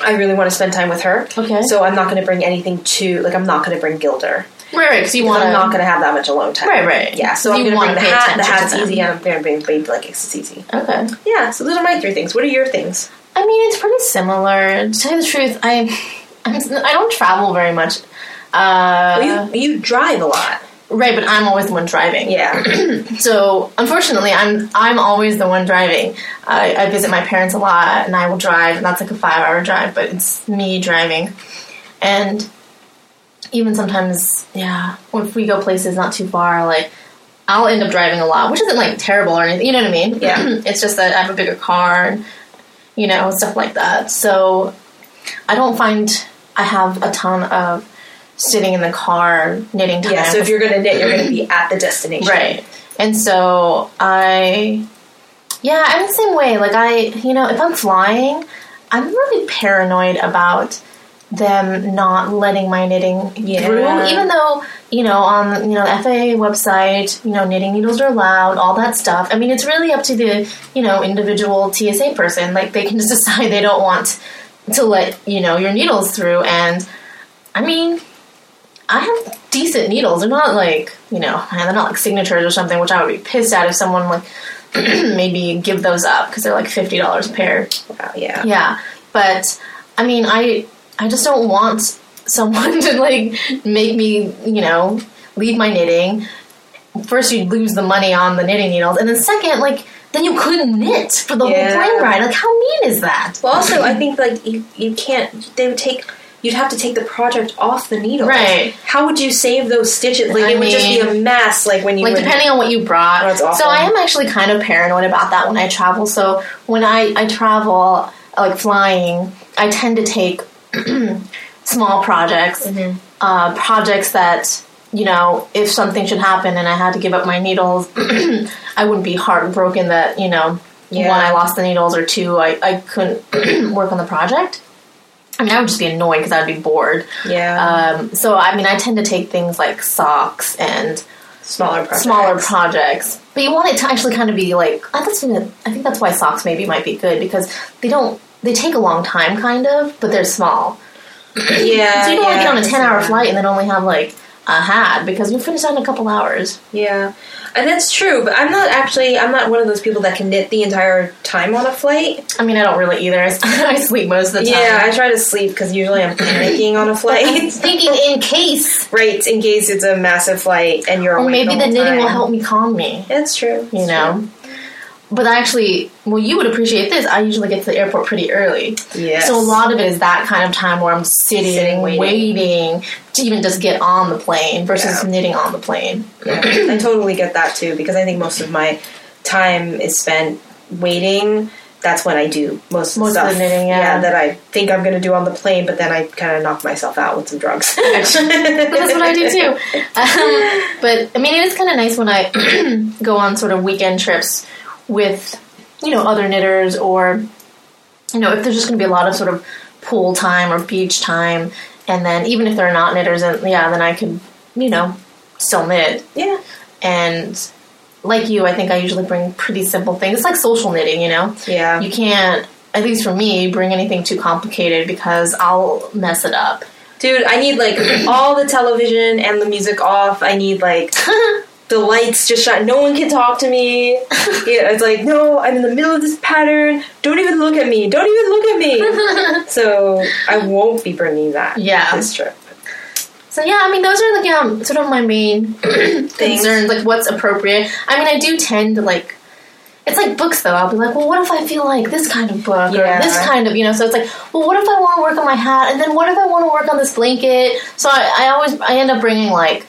Speaker 2: I really want to spend time with her.
Speaker 1: Okay.
Speaker 2: So I'm not going to bring anything to like I'm not going to bring Gilder.
Speaker 1: right. Right. So you
Speaker 2: Well,
Speaker 1: want
Speaker 2: I'm not
Speaker 1: to.
Speaker 2: going to have that much alone time.
Speaker 1: Right, right.
Speaker 2: Yeah. So
Speaker 1: You
Speaker 2: I'm going
Speaker 1: wanna
Speaker 2: to bring
Speaker 1: pay
Speaker 2: the hat. The
Speaker 1: attention to
Speaker 2: hat's
Speaker 1: them.
Speaker 2: easy, and I'm going to bring baby blankets. It's easy.
Speaker 1: Okay.
Speaker 2: Yeah. So those are my three things. What are your things?
Speaker 1: I mean, it's pretty similar. To tell you the truth, I. I'm, I don't travel very much. Uh,
Speaker 2: Well, you you drive a lot.
Speaker 1: right, but I'm always the one driving.
Speaker 2: Yeah.
Speaker 1: So unfortunately, I'm I'm always the one driving. I, I visit my parents a lot, and I will drive, and that's like a five-hour drive, but it's me driving, and even sometimes, yeah, if we go places not too far, like I'll end up driving a lot, which isn't like terrible or anything. You know what I mean?
Speaker 2: Yeah.
Speaker 1: it's just that I have a bigger car, and you know stuff like that. So I don't find I have a ton of sitting in the car knitting time.
Speaker 2: Yeah. So if you're gonna knit, you're gonna be at the destination.
Speaker 1: Right. And so I, yeah, I'm the same way. Like I, you know, if I'm flying, I'm really paranoid about them not letting my knitting
Speaker 2: Yeah.
Speaker 1: through. Even though you know on you know the FAA website, you know knitting needles are allowed, all that stuff. I mean, it's really up to the you know individual TSA person. Like they can just decide they don't want to let you know your needles through. And I mean, I have decent needles. They're not like you know, they're not like signatures or something, which I would be pissed at if someone like maybe give those up because they're like fifty dollars a pair.
Speaker 2: Wow, yeah.
Speaker 1: Yeah, but I mean, I I just don't want someone to like make me you know leave my knitting. First, you lose the money on the knitting needles, and then second, like then you couldn't knit for the
Speaker 2: Yeah.
Speaker 1: whole plane ride. Like, how mean is that?
Speaker 2: Well, also I think like you, you can't. They would take. You'd have to take the project off the needle.
Speaker 1: Right.
Speaker 2: How would you save those stitches? Like
Speaker 1: I
Speaker 2: it would just be a
Speaker 1: mean-
Speaker 2: mess. Like when you
Speaker 1: like
Speaker 2: would-
Speaker 1: depending on what you brought.
Speaker 2: Oh, that's awful.
Speaker 1: So I am actually kind of paranoid about that when I travel. So when I I travel uh, like flying, I tend to take small projects,
Speaker 2: Mm-hmm.
Speaker 1: uh, projects that you know if something should happen and I had to give up my needles, I wouldn't be heartbroken that you know
Speaker 2: Yeah.
Speaker 1: one I lost the needles or two I I couldn't work on the project. I mean, I would just be annoyed because I'd be bored.
Speaker 2: Yeah.
Speaker 1: Um, so, I mean, I tend to take things like socks and
Speaker 2: smaller projects.
Speaker 1: smaller projects. But you want it to actually kind of be like I think, that's- I think that's why socks maybe might be good because they don't they take a long time kind of, but they're small.
Speaker 2: Yeah.
Speaker 1: So you don't want
Speaker 2: Uh, yeah,
Speaker 1: to get on a ten hour
Speaker 2: yeah.
Speaker 1: flight and then only have like a hat because you'll finish that in a couple hours.
Speaker 2: Yeah, and that's true. But I'm not actually. I'm not one of those people that can knit the entire time on a flight.
Speaker 1: I mean, I don't really either. I, s- I sleep most of the time.
Speaker 2: Yeah, I try to sleep because usually I'm panicking on a
Speaker 1: I'm
Speaker 2: flight.
Speaker 1: thinking in case,
Speaker 2: right, in case it's a massive flight and you're
Speaker 1: or
Speaker 2: awake
Speaker 1: maybe the
Speaker 2: the, whole
Speaker 1: knitting
Speaker 2: time.
Speaker 1: will help me calm me.
Speaker 2: That's true.
Speaker 1: You know. But I actually, well, you would appreciate this. I usually get to the airport pretty early.
Speaker 2: Yes.
Speaker 1: So a lot of it is that kind of time where I'm sitting,
Speaker 2: Sitting, waiting.
Speaker 1: waiting. to even just get on the plane versus
Speaker 2: Yeah.
Speaker 1: knitting on the plane.
Speaker 2: Yeah, I totally get that too because I think most of my time is spent waiting. That's when I do most of the
Speaker 1: Most of
Speaker 2: stuff.
Speaker 1: the knitting, yeah.
Speaker 2: that I think I'm going to do on the plane, but then I kind of knock myself out with some drugs.
Speaker 1: That's what I do too. Um, but I mean, it is kind of nice when I go on sort of weekend trips with, you know, other knitters or, you know, if there's just going to be a lot of sort of pool time or beach time, and then even if they're not knitters, and yeah, then I could, you know, still knit.
Speaker 2: Yeah,
Speaker 1: And like you, I think I usually bring pretty simple things. It's like social knitting, you know.
Speaker 2: yeah.
Speaker 1: you can't at least for me bring anything too complicated because i'll mess it up
Speaker 2: Dude, I need like all the television and the music off. I need like the lights just shut. No one can talk to me. Yeah, it's like no, I'm in the middle of this pattern. Don't even look at me. Don't even look at me. so I won't be bringing that.
Speaker 1: Yeah.
Speaker 2: this trip.
Speaker 1: so yeah i mean those are like um, sort of my main concerns like what's appropriate i mean i do tend to like it's like books though i'll be like well what if i feel like this kind of book
Speaker 2: Yeah.
Speaker 1: or this kind of you know so it's like well what if i want to work on my hat and then what if i want to work on this blanket so I, I always i end up bringing like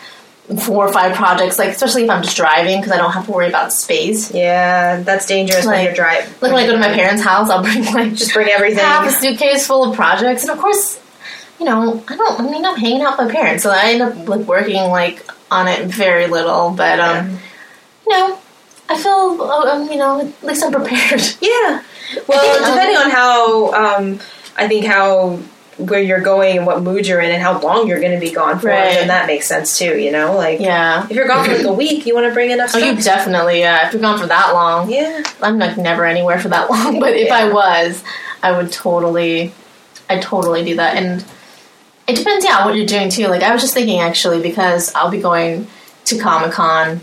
Speaker 1: four or five projects like especially if i'm just driving because i don't have to worry about space
Speaker 2: Yeah, that's dangerous when
Speaker 1: Like-
Speaker 2: you're driving.
Speaker 1: like when i go to my parents house i'll bring like
Speaker 2: just bring everything.
Speaker 1: have a suitcase full of projects, and of course, you know, I don't. I mean, I'm hanging out with my parents, so I end up like working like on it very little. But um, you know, I feel uh, um, you know at least I'm prepared.
Speaker 2: Yeah. Well,
Speaker 1: think, um,
Speaker 2: depending on how, um, I think how where you're going and what mood you're in and how long you're going to be gone for,
Speaker 1: Right.
Speaker 2: then that makes sense too. You know, like
Speaker 1: Yeah.
Speaker 2: if you're gone for like a week, you want to bring enough
Speaker 1: Oh,
Speaker 2: stuff.
Speaker 1: you definitely. Yeah. If you're gone for that long,
Speaker 2: yeah.
Speaker 1: I'm like never anywhere for that long. But if I
Speaker 2: Yeah.
Speaker 1: was, I would totally, I totally do that. And it depends, yeah, what you're doing too. Like I was just thinking actually because I'll be going to Comic Con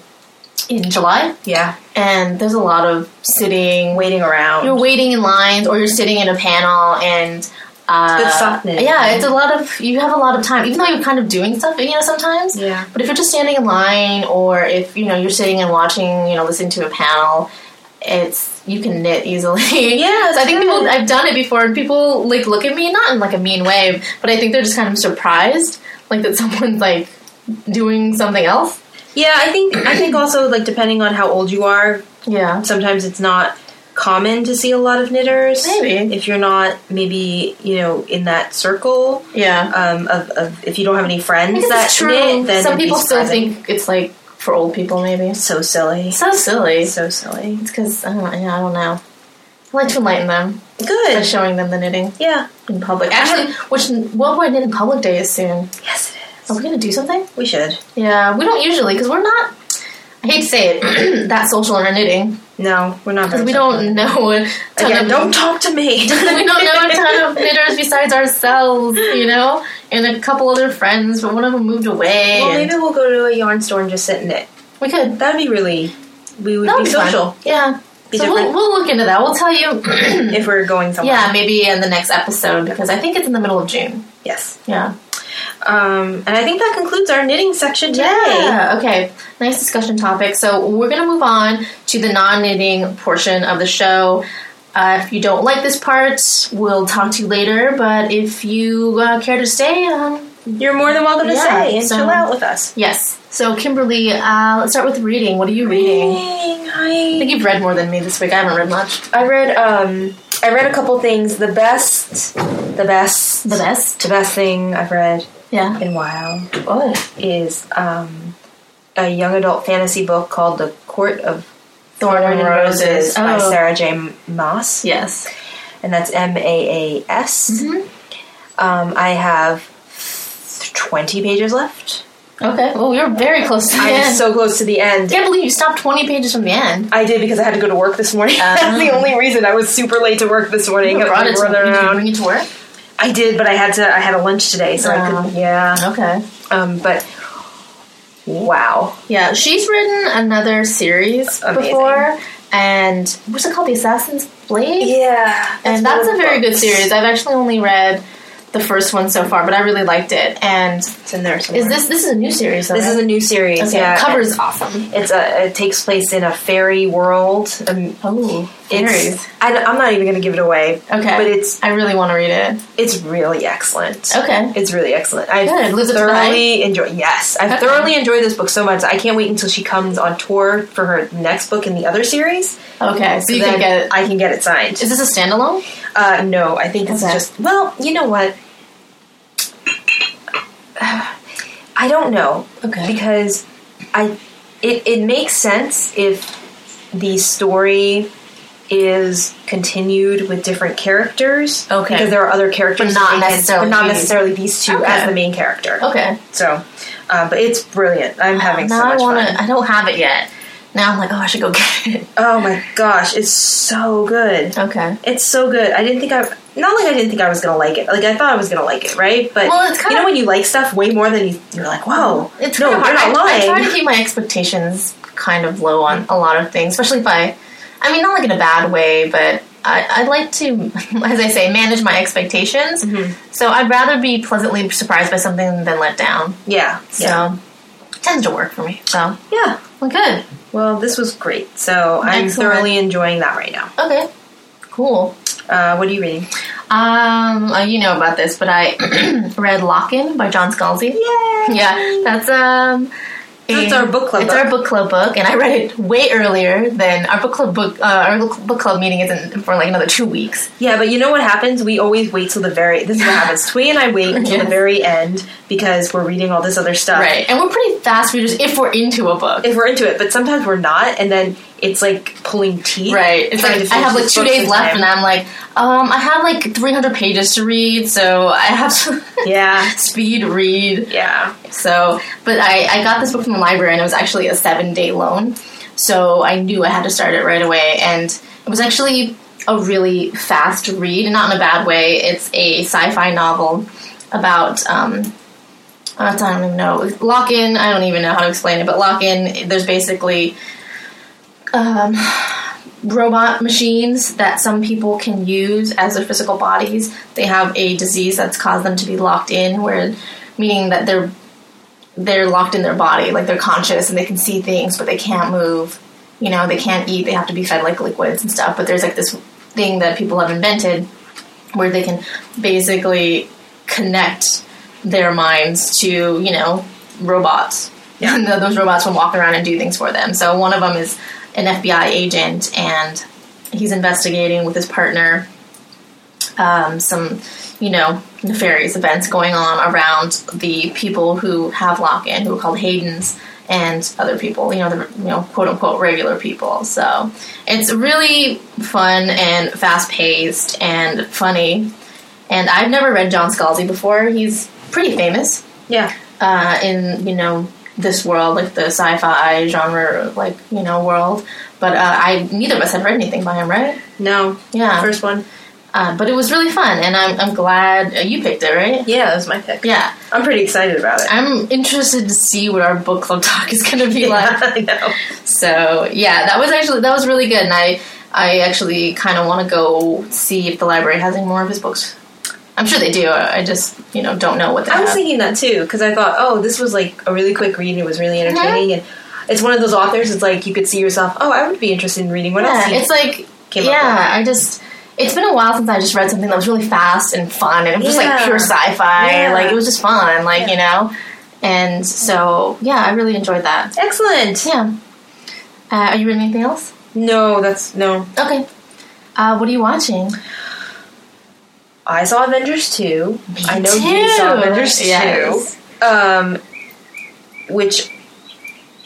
Speaker 1: in July.
Speaker 2: Yeah.
Speaker 1: and there's a lot of sitting.
Speaker 2: Waiting around.
Speaker 1: You're waiting in lines, or you're sitting in a panel, and Uh,
Speaker 2: good softness.
Speaker 1: Yeah, it's a lot of you have a lot of time, even though you're kind of doing stuff, you know, sometimes.
Speaker 2: Yeah.
Speaker 1: But if you're just standing in line, or if you know you're sitting and watching, you know, listening to a panel, it's you can knit easily. Yes, I think people I've done it before, and people like look at me not in like a mean way, but I think they're just kind of surprised, like that someone's like doing something else.
Speaker 2: Yeah, I think I think also like depending on how old you are,
Speaker 1: Yeah.
Speaker 2: sometimes it's not common to see a lot of knitters.
Speaker 1: Maybe.
Speaker 2: if you're not maybe you know in that circle
Speaker 1: Yeah.
Speaker 2: um, of, of if you don't have any friends
Speaker 1: It's
Speaker 2: that
Speaker 1: true.
Speaker 2: knit, then
Speaker 1: Some
Speaker 2: it'd be
Speaker 1: people still
Speaker 2: surprising.
Speaker 1: think it's like for old people, maybe.
Speaker 2: so silly,
Speaker 1: So silly.
Speaker 2: so silly.
Speaker 1: It's because I don't. Yeah, I don't know. I like to enlighten them by
Speaker 2: Good,
Speaker 1: showing them the knitting
Speaker 2: yeah.
Speaker 1: in public. Actually, which Worldwide Knit in Public Day is soon.
Speaker 2: Yes, it
Speaker 1: Are
Speaker 2: is.
Speaker 1: we gonna do something?
Speaker 2: We should.
Speaker 1: Yeah, we don't usually because we're not. I hate to say it, that social in our knitting
Speaker 2: No, we're not
Speaker 1: because
Speaker 2: very
Speaker 1: we don't know a ton
Speaker 2: Again,
Speaker 1: of
Speaker 2: don't talk to me.
Speaker 1: we don't know a ton of knitters besides ourselves, you know, and a couple other friends, but one of them moved away.
Speaker 2: Well,
Speaker 1: and-
Speaker 2: maybe we'll go to a yarn store and just sit in it.
Speaker 1: we could.
Speaker 2: That'd be really. We would
Speaker 1: That would be
Speaker 2: be
Speaker 1: fun.
Speaker 2: social.
Speaker 1: Yeah.
Speaker 2: Be
Speaker 1: so we'll,
Speaker 2: different
Speaker 1: we'll look into that. We'll tell you.
Speaker 2: if we're going somewhere.
Speaker 1: yeah, maybe in the next episode because I think it's in the middle of June.
Speaker 2: Yes.
Speaker 1: Yeah.
Speaker 2: Um, and I think that concludes our knitting section today.
Speaker 1: Yeah. Okay. Nice discussion topic. So we're gonna move on to the non-knitting portion of the show. Uh, if you don't like this part, we'll talk to you later. But if you uh, care to stay, um,
Speaker 2: You're more than welcome to
Speaker 1: Yeah,
Speaker 2: stay and
Speaker 1: so-
Speaker 2: chill out with us.
Speaker 1: yes. So Kimberly, uh, let's start with reading. What are you reading? I think
Speaker 2: I,
Speaker 1: you've read more than me this week. I haven't read much.
Speaker 2: I read um I read a couple things. The best the best
Speaker 1: The best.
Speaker 2: the best thing I've read
Speaker 1: Yeah.
Speaker 2: in a while
Speaker 1: Oh.
Speaker 2: is um a young adult fantasy book called The Court of
Speaker 1: Thorn
Speaker 2: Thorn
Speaker 1: and
Speaker 2: and Roses
Speaker 1: Roses
Speaker 2: by
Speaker 1: Oh.
Speaker 2: Sarah J. Moss.
Speaker 1: Yes.
Speaker 2: And that's M A A S.
Speaker 1: Mhm.
Speaker 2: Um I have twenty pages left.
Speaker 1: Okay. Well, you're very close to the
Speaker 2: I'm
Speaker 1: end.
Speaker 2: so close to the end.
Speaker 1: I can't believe you stopped 20 pages from the end.
Speaker 2: I did because I had to go to work this morning. That's the only reason I was super late to work this morning.
Speaker 1: Uh-huh. You
Speaker 2: I
Speaker 1: brought
Speaker 2: was
Speaker 1: it to,
Speaker 2: running
Speaker 1: did you
Speaker 2: around.
Speaker 1: bring it to work?
Speaker 2: I did, but I had to. I had a lunch today, so I
Speaker 1: Oh.
Speaker 2: could. Yeah.
Speaker 1: Okay.
Speaker 2: Um. But wow.
Speaker 1: Yeah, she's written another series
Speaker 2: Amazing.
Speaker 1: before, and what's it called? The Assassin's Blade?
Speaker 2: Yeah.
Speaker 1: and that's a very good series. I've actually only read the first one so far, but I really liked it. And
Speaker 2: It's in there somewhere.
Speaker 1: is this this is a new series? though,
Speaker 2: This is
Speaker 1: right?
Speaker 2: a new series.
Speaker 1: okay.
Speaker 2: Yeah.
Speaker 1: Cover's awesome.
Speaker 2: It's a. It takes place in a fairy world. Um,
Speaker 1: Oh,
Speaker 2: it's-
Speaker 1: series.
Speaker 2: I, am not even going to give it away.
Speaker 1: Okay,
Speaker 2: But it's
Speaker 1: I really want to read it.
Speaker 2: it's really excellent.
Speaker 1: Okay,
Speaker 2: It's really excellent. I
Speaker 1: Good. Lives up to the
Speaker 2: thoroughly enjoy. Yes, I
Speaker 1: Okay.
Speaker 2: thoroughly enjoyed this book so much. I can't wait until she comes on tour for her next book in the other series.
Speaker 1: okay. So you
Speaker 2: Then
Speaker 1: can get it.
Speaker 2: I can get it signed.
Speaker 1: Is this a standalone?
Speaker 2: Uh, no, I think it's
Speaker 1: Okay.
Speaker 2: just. Well, you know what? I don't know
Speaker 1: Okay.
Speaker 2: because I it it makes sense if the story is continued with different characters.
Speaker 1: Okay.
Speaker 2: Because there are other characters,
Speaker 1: But not
Speaker 2: in it,
Speaker 1: necessarily
Speaker 2: but not
Speaker 1: these.
Speaker 2: necessarily these two
Speaker 1: Okay.
Speaker 2: as the main character.
Speaker 1: Okay.
Speaker 2: So, uh, but it's brilliant. I'm having
Speaker 1: now
Speaker 2: so much
Speaker 1: I wanna-
Speaker 2: fun.
Speaker 1: I don't have it yet. Now I'm like, oh, I should go get it.
Speaker 2: Oh my gosh, it's so good.
Speaker 1: Okay.
Speaker 2: It's so good. I didn't think I. Not like I didn't think I was gonna like it. Like I thought I was gonna like it, right? But
Speaker 1: Well, it's
Speaker 2: you
Speaker 1: kinda-
Speaker 2: know when you like stuff way more than you, you're like, whoa,
Speaker 1: It's
Speaker 2: no,
Speaker 1: kind of
Speaker 2: you're
Speaker 1: hard.
Speaker 2: not
Speaker 1: I, I
Speaker 2: lying.
Speaker 1: try to keep my expectations kind of low on a lot of things, especially if I, I mean, not like in a bad way, but I, I like to, as I say, manage my expectations.
Speaker 2: Mm-hmm.
Speaker 1: So I'd rather be pleasantly surprised by something than let down.
Speaker 2: yeah,
Speaker 1: So
Speaker 2: yeah,
Speaker 1: tends to work for me. So
Speaker 2: yeah.
Speaker 1: well, good.
Speaker 2: Well, this was great. So I'm
Speaker 1: Excellent.
Speaker 2: thoroughly enjoying that right now.
Speaker 1: Okay. Cool.
Speaker 2: Uh, what are you reading?
Speaker 1: Um, uh, you know about this, but I read Lockin by John Scalzi.
Speaker 2: Yay!
Speaker 1: Yeah, that's um.
Speaker 2: That's
Speaker 1: a-
Speaker 2: our book club
Speaker 1: It's
Speaker 2: book.
Speaker 1: our book club book, and I read it way earlier than our book club book. Uh, our book club meeting isn't for like another two weeks.
Speaker 2: Yeah, but you know what happens? We always wait till the very. This is what happens. Twee and I wait until
Speaker 1: Yes.
Speaker 2: the very end because we're reading all this other stuff.
Speaker 1: Right, and we're pretty fast readers if we're into a book.
Speaker 2: If we're into it, but sometimes we're not, and then it's like pulling teeth.
Speaker 1: Right, it's
Speaker 2: trying
Speaker 1: like
Speaker 2: to
Speaker 1: I have
Speaker 2: finish
Speaker 1: like
Speaker 2: this
Speaker 1: two
Speaker 2: book
Speaker 1: days left,
Speaker 2: sometime.
Speaker 1: and I'm like, um, I have like 300 pages to read, so I have to
Speaker 2: Yeah,
Speaker 1: speed read.
Speaker 2: yeah.
Speaker 1: So, but I, I got this book from the library and it was actually a seven day loan. So I knew I had to start it right away. And it was actually a really fast read, not in a bad way. It's a sci fi novel about, um, I don't even know, lock in, I don't even know how to explain it, but lock in, there's basically. Um, robot machines that some people can use as their physical bodies. They have a disease that's caused them to be locked in, where meaning that they're they're locked in their body, like they're conscious and they can see things, but they can't move. You know, they can't eat. They have to be fed like liquids and stuff. But there's like this thing that people have invented where they can basically connect their minds to you know robots. And those robots will walk around and do things for them. So one of them is an FBI agent, and he's investigating with his partner um, some, you know, nefarious events going on around the people who have lock-in, who are called Haydens, and other people, you know, the you know, quote unquote regular people. So it's really fun and fast-paced and funny. And I've never read John Scalzi before. He's pretty famous
Speaker 2: Yeah.
Speaker 1: uh, in you know this world, like the sci-fi genre, like you know world. But uh, I neither of us had read anything by him, right?
Speaker 2: No.
Speaker 1: Yeah.
Speaker 2: First one.
Speaker 1: Uh, but it was really fun, and I'm I'm glad uh, you picked it, right?
Speaker 2: Yeah, that was my pick.
Speaker 1: Yeah,
Speaker 2: I'm pretty excited about it.
Speaker 1: I'm interested to see what our book club talk is going to be like.
Speaker 2: I know.
Speaker 1: So yeah, that was actually that was really good, and I I actually kind of want to go see if the library has any more of his books. I'm sure they do. I I just you know don't know what they
Speaker 2: I was
Speaker 1: have.
Speaker 2: thinking that too because I thought, oh, this was like a really quick read and it was really entertaining. And it's one of those authors. It's like you could see yourself. Oh, I would be interested in reading what else.
Speaker 1: yeah,
Speaker 2: he
Speaker 1: it's like
Speaker 2: came up
Speaker 1: yeah,
Speaker 2: with.
Speaker 1: I just it's been a while since I just read something that was really fast and fun and it was just like
Speaker 2: Yeah.
Speaker 1: pure sci-fi.
Speaker 2: Yeah.
Speaker 1: Like it was just fun, like
Speaker 2: Yeah.
Speaker 1: you know. And so yeah, I really enjoyed that.
Speaker 2: excellent.
Speaker 1: Yeah. Uh, are you reading anything else?
Speaker 2: No, that's no.
Speaker 1: Okay. Uh, what are you watching?
Speaker 2: I saw Avengers two. I know
Speaker 1: too.
Speaker 2: you saw Avengers
Speaker 1: Yes.
Speaker 2: two. Um, which
Speaker 1: Did you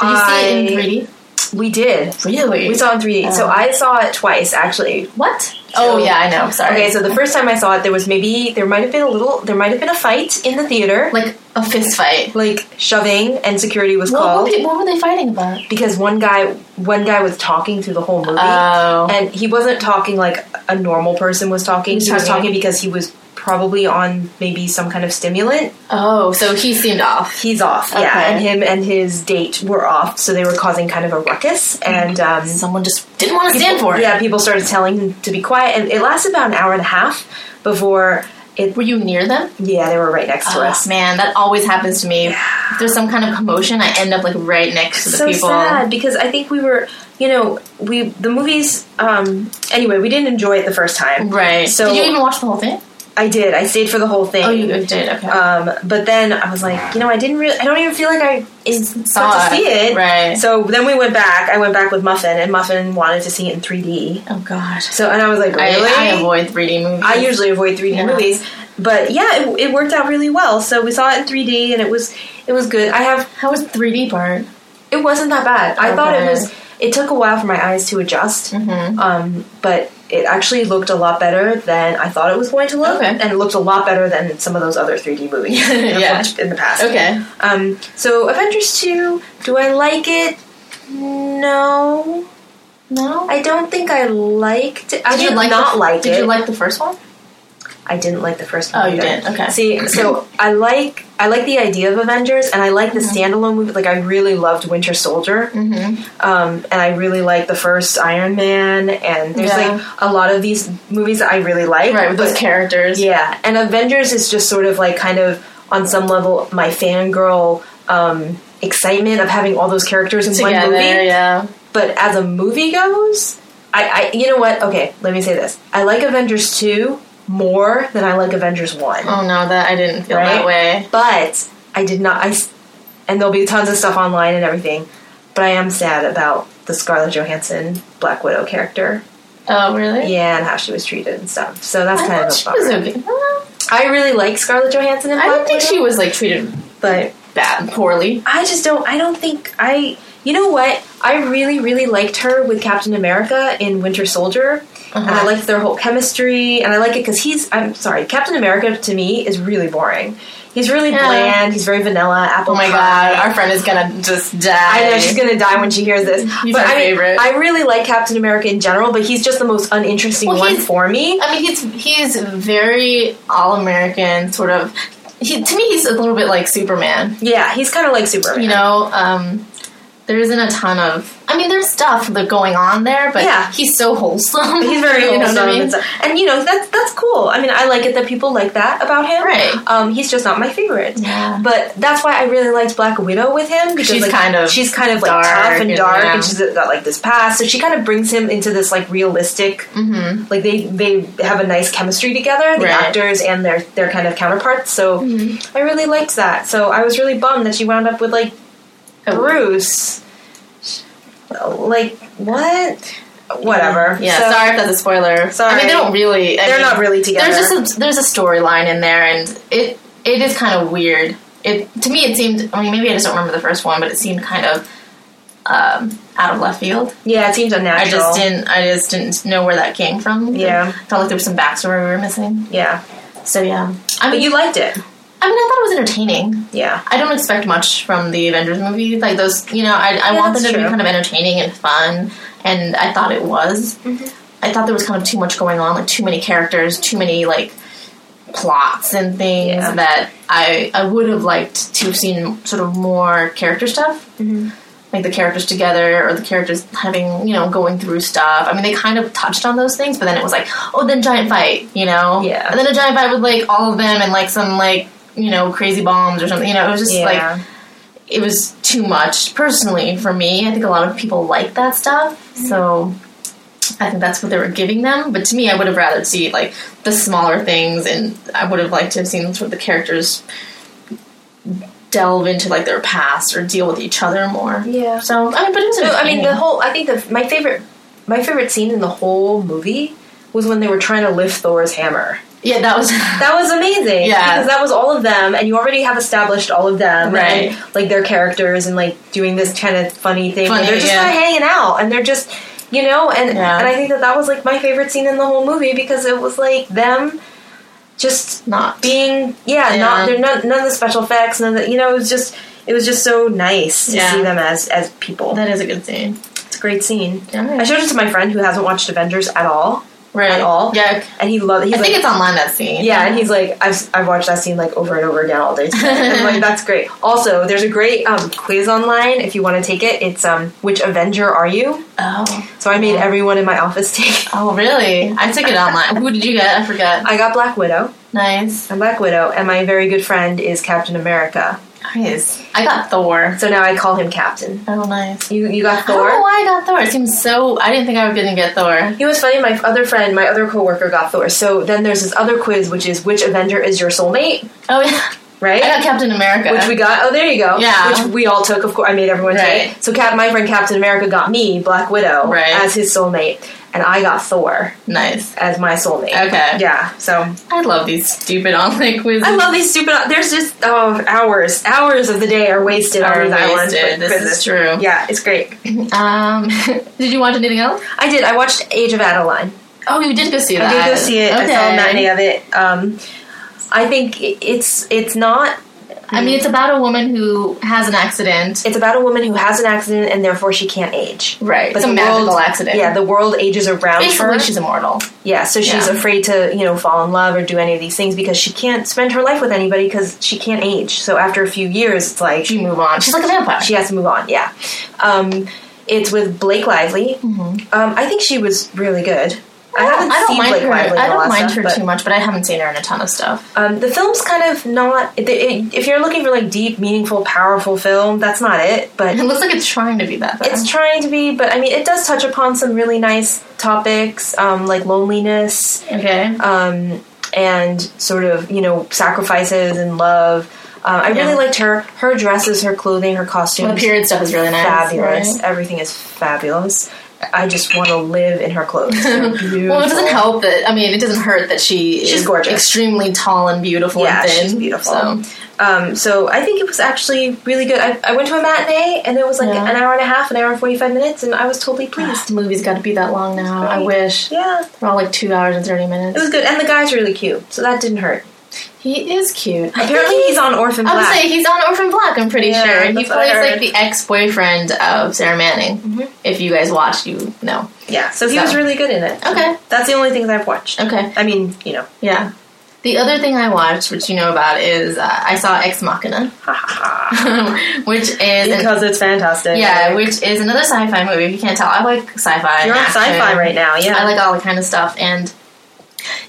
Speaker 2: I
Speaker 1: see it in 3D?
Speaker 2: we did.
Speaker 1: Really?
Speaker 2: We saw it in three D. so
Speaker 1: Oh.
Speaker 2: I saw it twice actually.
Speaker 1: what? Oh yeah, I know. Sorry.
Speaker 2: Okay, so the first time I saw it, there was maybe there might have been a little there might have been a fight in the theater,
Speaker 1: like a fist fight.
Speaker 2: like shoving, and security was
Speaker 1: What,
Speaker 2: called.
Speaker 1: what, what were they fighting about?
Speaker 2: because one guy one guy was talking through the whole movie
Speaker 1: Oh.
Speaker 2: and he wasn't talking like a normal person was talking he was
Speaker 1: Mhm.
Speaker 2: talking because he was probably on maybe some kind of stimulant
Speaker 1: Oh, so he seemed off.
Speaker 2: he's off yeah
Speaker 1: Okay.
Speaker 2: and him and his date were off so they were causing kind of a ruckus and um
Speaker 1: Someone just didn't want to stand for it.
Speaker 2: yeah people started telling him to be quiet and it lasted about an hour and a half before it
Speaker 1: Were you near them?
Speaker 2: yeah they were right next to
Speaker 1: Oh,
Speaker 2: us
Speaker 1: man, that always happens to me. If there's some kind of commotion, I end up like right next to the
Speaker 2: so
Speaker 1: people.
Speaker 2: sad because I think we were, you know, we the movies. Um, anyway, we didn't enjoy it the first time,
Speaker 1: Right.
Speaker 2: So-
Speaker 1: did you even watch the whole thing?
Speaker 2: I did. I stayed for the whole thing.
Speaker 1: Oh, you did. Okay.
Speaker 2: Um, but then I was like, you know, I didn't really. I don't even feel like I is-
Speaker 1: Saw
Speaker 2: got to see it.
Speaker 1: Right.
Speaker 2: So then we went back. I went back with Muffin, and Muffin wanted to see it in 3D.
Speaker 1: oh God.
Speaker 2: So and I was like,
Speaker 1: I-
Speaker 2: really?
Speaker 1: I, avoid 3D movies.
Speaker 2: I usually avoid 3D
Speaker 1: Yeah.
Speaker 2: movies, but yeah, it, it worked out really well. So we saw it in 3D, and it was it was good. I have
Speaker 1: How was the 3D part?
Speaker 2: it wasn't that bad. I thought it
Speaker 1: Okay.
Speaker 2: was. It took a while for my eyes to adjust,
Speaker 1: Mm-hmm.
Speaker 2: um, but it actually looked a lot better than I thought it was going to look,
Speaker 1: Okay.
Speaker 2: and it looked a lot better than some of those other 3D movies
Speaker 1: Yeah.
Speaker 2: in the past.
Speaker 1: Okay.
Speaker 2: Um, so Avengers 2, do I like it? No.
Speaker 1: No.
Speaker 2: I don't think I liked it. I did, not
Speaker 1: the,
Speaker 2: like
Speaker 1: Did
Speaker 2: it.
Speaker 1: you like the first one?
Speaker 2: I didn't like the first
Speaker 1: Oh,
Speaker 2: one.
Speaker 1: you
Speaker 2: either.
Speaker 1: didn't? Okay.
Speaker 2: See, so I like I like the idea of Avengers, and I like the standalone movie. Like I really loved Winter Soldier,
Speaker 1: Mm-hmm.
Speaker 2: um, and I really like the first Iron Man. And there's
Speaker 1: Yeah.
Speaker 2: like a lot of these movies that I really like.
Speaker 1: Right with those
Speaker 2: but-
Speaker 1: characters.
Speaker 2: yeah, and Avengers is just sort of like kind of on some level my fangirl um, excitement of having all those characters in
Speaker 1: Together.
Speaker 2: one movie.
Speaker 1: Yeah.
Speaker 2: But as a movie goes, I, I you know what? Okay, let me say this. I like Avengers two more than I like Avengers one,
Speaker 1: Oh no, that I didn't feel
Speaker 2: Right?
Speaker 1: that way.
Speaker 2: but I did not. I s- and there'll be tons of stuff online and everything, but I am sad about the Scarlett Johansson Black Widow character.
Speaker 1: Oh really?
Speaker 2: Yeah, and how she was treated and stuff. So that's
Speaker 1: I
Speaker 2: kind
Speaker 1: thought
Speaker 2: of a
Speaker 1: she was
Speaker 2: bummer.
Speaker 1: okay. Well,
Speaker 2: I really like Scarlett Johansson. In
Speaker 1: I didn't
Speaker 2: Black
Speaker 1: think
Speaker 2: Widow.
Speaker 1: she was like treated
Speaker 2: but
Speaker 1: bad, poorly.
Speaker 2: I just don't. I don't think I. You know what? I really, really liked her with Captain America in Winter Soldier, and I
Speaker 1: Uh-huh.
Speaker 2: liked their whole chemistry, and I like it because he's. I'm sorry, Captain America to me is really boring. He's really
Speaker 1: Yeah.
Speaker 2: bland. He's very vanilla. Apple.
Speaker 1: Oh my
Speaker 2: pie.
Speaker 1: god, our friend is gonna just die.
Speaker 2: I know she's gonna die when she hears this.
Speaker 1: He's
Speaker 2: but
Speaker 1: my
Speaker 2: I mean,
Speaker 1: favorite.
Speaker 2: I really like Captain America in general, but he's just the most uninteresting
Speaker 1: Well,
Speaker 2: one
Speaker 1: he's-
Speaker 2: for me.
Speaker 1: I mean, he's he's very all American, sort of. He, to me, he's a little bit like Superman.
Speaker 2: Yeah, he's kind of like Superman.
Speaker 1: You know, um, there isn't a ton of. I mean, there's stuff that going on there, but
Speaker 2: Yeah.
Speaker 1: he's so wholesome.
Speaker 2: He's very
Speaker 1: you know
Speaker 2: wholesome,
Speaker 1: What I mean?
Speaker 2: and, so- and, you know that's that's cool. I mean, I like it that people like that about him.
Speaker 1: Right.
Speaker 2: Um, he's just not my favorite.
Speaker 1: Yeah.
Speaker 2: But that's why I really liked Black Widow with him because
Speaker 1: She's
Speaker 2: like,
Speaker 1: kind of
Speaker 2: she's kind of like
Speaker 1: dark
Speaker 2: tough and
Speaker 1: and-
Speaker 2: dark,
Speaker 1: yeah.
Speaker 2: and she's got like this past. So she kind of brings him into this like realistic.
Speaker 1: Mm-hmm.
Speaker 2: Like they they have a nice chemistry together, the
Speaker 1: Right. Mm-hmm.
Speaker 2: actors and their their kind of counterparts. So I really liked that. So I was really bummed that she wound up with like
Speaker 1: Oh.
Speaker 2: Bruce. Like what? Whatever.
Speaker 1: Yeah,
Speaker 2: So-
Speaker 1: sorry if that's a spoiler.
Speaker 2: Sorry.
Speaker 1: I mean, they don't really. I
Speaker 2: They're
Speaker 1: mean,
Speaker 2: not really together.
Speaker 1: There's just a, there's a storyline in there, and it it is kind of weird. It to me it seemed. I mean, maybe I just don't remember the first one, but it seemed kind of um, out of left field.
Speaker 2: yeah, it seems
Speaker 1: I
Speaker 2: unnatural.
Speaker 1: just didn't. I just didn't know where that came from.
Speaker 2: Yeah.
Speaker 1: felt like there was some backstory we were missing.
Speaker 2: Yeah,
Speaker 1: So yeah, I
Speaker 2: but
Speaker 1: mean,
Speaker 2: you liked it.
Speaker 1: I mean, I thought it was entertaining.
Speaker 2: Yeah,
Speaker 1: I don't expect much from the Avengers movie. Like those, you know, I, I
Speaker 2: Yeah,
Speaker 1: want them
Speaker 2: that's
Speaker 1: to be
Speaker 2: true.
Speaker 1: kind of entertaining and fun, and I thought it was.
Speaker 2: Mm-hmm.
Speaker 1: I thought there was kind of too much going on, like too many characters, too many like plots and things
Speaker 2: Yeah.
Speaker 1: that I I would have liked to have seen sort of more character stuff. Like the characters together, or the characters having, you know, going through stuff. I mean, they kind of touched on those things, but then it was like, oh, then giant fight, you know,
Speaker 2: Yeah.
Speaker 1: and then a giant fight with like all of them and like some like you know crazy bombs or something. You know, it was just like
Speaker 2: yeah,
Speaker 1: it was too much personally for me. I think a lot of people like that stuff,
Speaker 2: Mm-hmm.
Speaker 1: so I think that's what they were giving them. But to me, I would have rather see like the smaller things, and I would have liked to have seen sort of the characters delve into like their past or deal with each other more.
Speaker 2: yeah.
Speaker 1: So I mean, but it was.
Speaker 2: No, I mean the
Speaker 1: entertaining.
Speaker 2: whole. I think the my favorite my favorite scene in the whole movie was when they were trying to lift Thor's hammer.
Speaker 1: yeah, that was
Speaker 2: That was amazing.
Speaker 1: Yeah.
Speaker 2: because that was all of them, and you already have established all of them,
Speaker 1: Right.
Speaker 2: And, like their characters and like doing this kind of funny thing.
Speaker 1: Funny,
Speaker 2: and they're just
Speaker 1: yeah.
Speaker 2: kind of hanging out, and they're just you know, and
Speaker 1: Yeah.
Speaker 2: and I think that that was like my favorite scene in the whole movie because it was like them just
Speaker 1: not
Speaker 2: being yeah,
Speaker 1: Yeah.
Speaker 2: not they're none, none of the special effects none of the, you know it was just it was just so nice to
Speaker 1: Yeah.
Speaker 2: see them as as people
Speaker 1: That is a good scene.
Speaker 2: it's a great scene
Speaker 1: Yeah.
Speaker 2: i showed it to my friend who hasn't watched avengers at all
Speaker 1: right.
Speaker 2: at all.
Speaker 1: Yeah,
Speaker 2: and he loved it
Speaker 1: I
Speaker 2: he's like
Speaker 1: think it's online that scene.
Speaker 2: yeah and he's like I've, I've watched that scene like over and over again all day today. I'm like that's great also there's a great um, quiz online if you want to take it it's um which avenger are you
Speaker 1: Oh.
Speaker 2: so i made everyone in my office take it.
Speaker 1: Oh, really? I took it online. Who did you get? I forget.
Speaker 2: i got black widow
Speaker 1: Nice.
Speaker 2: i'm black widow and my very good friend is captain america
Speaker 1: Nice. I got Thor.
Speaker 2: so now i call him captain
Speaker 1: Oh, nice.
Speaker 2: you you got
Speaker 1: I don't
Speaker 2: thor
Speaker 1: know why I got Thor. It seems so. I didn't think I was going to get Thor.
Speaker 2: You know what's funny? My other friend, my other coworker got Thor. So then there's this other quiz, which is which Avenger is your soulmate,
Speaker 1: Oh, yeah.
Speaker 2: right?
Speaker 1: I got Captain America.
Speaker 2: which we got. Oh, there you go.
Speaker 1: Yeah.
Speaker 2: Which we all took. Of course, I made everyone
Speaker 1: Right.
Speaker 2: take. So Cap, my friend Captain America got me Black Widow
Speaker 1: Right.
Speaker 2: as his soulmate, and I got Thor
Speaker 1: nice.
Speaker 2: as my soulmate.
Speaker 1: Okay.
Speaker 2: Yeah. So
Speaker 1: I love these stupid online quizzes.
Speaker 2: I love these stupid. There's just oh hours, hours of the day are wasted
Speaker 1: Are
Speaker 2: on these islands.
Speaker 1: wasted.
Speaker 2: with
Speaker 1: This
Speaker 2: quizzes.
Speaker 1: is true.
Speaker 2: Yeah, it's great.
Speaker 1: Um, did you watch anything else?
Speaker 2: I did. I watched Age of Adeline.
Speaker 1: Oh, you did go see that.
Speaker 2: I did go see it. I
Speaker 1: Okay.
Speaker 2: saw a matinee of it. Um, I think i- it's it's not.
Speaker 1: I mean, it's about a woman who has an accident.
Speaker 2: It's about a woman who has an accident and therefore she can't age.
Speaker 1: Right. It's a
Speaker 2: the
Speaker 1: magical accident.
Speaker 2: Yeah, the world ages around
Speaker 1: Basically,
Speaker 2: her.
Speaker 1: she's immortal.
Speaker 2: yeah, so she's
Speaker 1: yeah.
Speaker 2: afraid to you know fall in love or do any of these things because she can't spend her life with anybody because she can't age. So after a few years, it's like
Speaker 1: She move on. She's like a vampire.
Speaker 2: she has to move on. Yeah. Um, it's with Blake Lively. Um, I think she was really good.
Speaker 1: I
Speaker 2: I, haven't
Speaker 1: don't, Mm-hmm. I don't
Speaker 2: seen
Speaker 1: mind
Speaker 2: Blake
Speaker 1: her.
Speaker 2: Lively. in
Speaker 1: I
Speaker 2: a lot
Speaker 1: don't
Speaker 2: of
Speaker 1: mind
Speaker 2: stuff,
Speaker 1: her
Speaker 2: but-
Speaker 1: too much, but I haven't seen her in a ton of stuff.
Speaker 2: Um, the film's kind of not. It, it, if you're looking for like deep, meaningful, powerful film, that's not it.
Speaker 1: It
Speaker 2: But
Speaker 1: looks like it's trying to be that. Though.
Speaker 2: it's trying to be. But I mean, it does touch upon some really nice topics, um, like loneliness
Speaker 1: okay.
Speaker 2: um, and sort of you know sacrifices and love. Uh, I really
Speaker 1: Yeah.
Speaker 2: liked her. Her dresses, her clothing, her costumes.
Speaker 1: the period stuff is really nice.
Speaker 2: fabulous.
Speaker 1: right?
Speaker 2: Everything is fabulous. I just want to live in her clothes. They're beautiful.
Speaker 1: Well, it doesn't help that I mean, it doesn't hurt that she
Speaker 2: She's
Speaker 1: is
Speaker 2: gorgeous.
Speaker 1: extremely tall and beautiful.
Speaker 2: Yeah,
Speaker 1: and thin,
Speaker 2: she's beautiful.
Speaker 1: So
Speaker 2: Um, so I think it was actually really good. I, I went to a matinee and it was like
Speaker 1: Yeah.
Speaker 2: an hour and a half, an hour and forty five minutes, and I was totally
Speaker 1: Gosh,
Speaker 2: pleased.
Speaker 1: the movie's got to be that long now. I
Speaker 2: Right.
Speaker 1: wish
Speaker 2: Yeah,
Speaker 1: we're all like two hours and thirty minutes.
Speaker 2: it was good, and the guy's really cute, so that didn't hurt.
Speaker 1: he is cute. I
Speaker 2: Apparently,
Speaker 1: think
Speaker 2: he's on Orphan
Speaker 1: I would
Speaker 2: Black.
Speaker 1: say he's on Orphan Black. I'm pretty
Speaker 2: Yeah,
Speaker 1: sure he
Speaker 2: that's what I
Speaker 1: plays
Speaker 2: heard. Mm-hmm.
Speaker 1: like the ex-boyfriend of Sarah Manning. If you guys watch, you know.
Speaker 2: yeah, so he
Speaker 1: So.
Speaker 2: was really good in it.
Speaker 1: Okay.
Speaker 2: that's the only things I've watched.
Speaker 1: Okay.
Speaker 2: I mean, you know,
Speaker 1: Yeah. The other thing I watched, which you know about, is uh, I saw Ex Machina, which is an-
Speaker 2: because it's fantastic.
Speaker 1: yeah, which is another sci-fi movie. If you can't tell, I like sci-fi.
Speaker 2: you're on
Speaker 1: action.
Speaker 2: sci-fi right now. Yeah,
Speaker 1: I like all that kind of stuff, and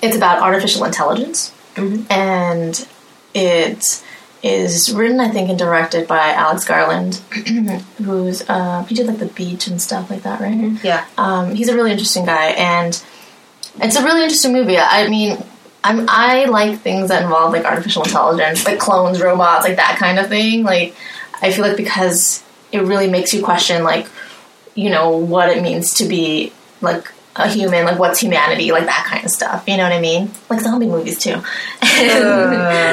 Speaker 1: it's about artificial intelligence,
Speaker 2: Mhm.
Speaker 1: and it is written, I think, and directed by Alex Garland, who's uh, he did like The Beach and stuff like that, right?
Speaker 2: yeah.
Speaker 1: Um, he's a really interesting guy, and it's a really interesting movie. I mean, I'm, I like things that involve like artificial intelligence, like clones, robots, like that kind of thing. Like, I feel like because it really makes you question, like, you know, what it means to be like a human, like what's humanity, like that kind of stuff. You know what I mean? Like zombie movies too.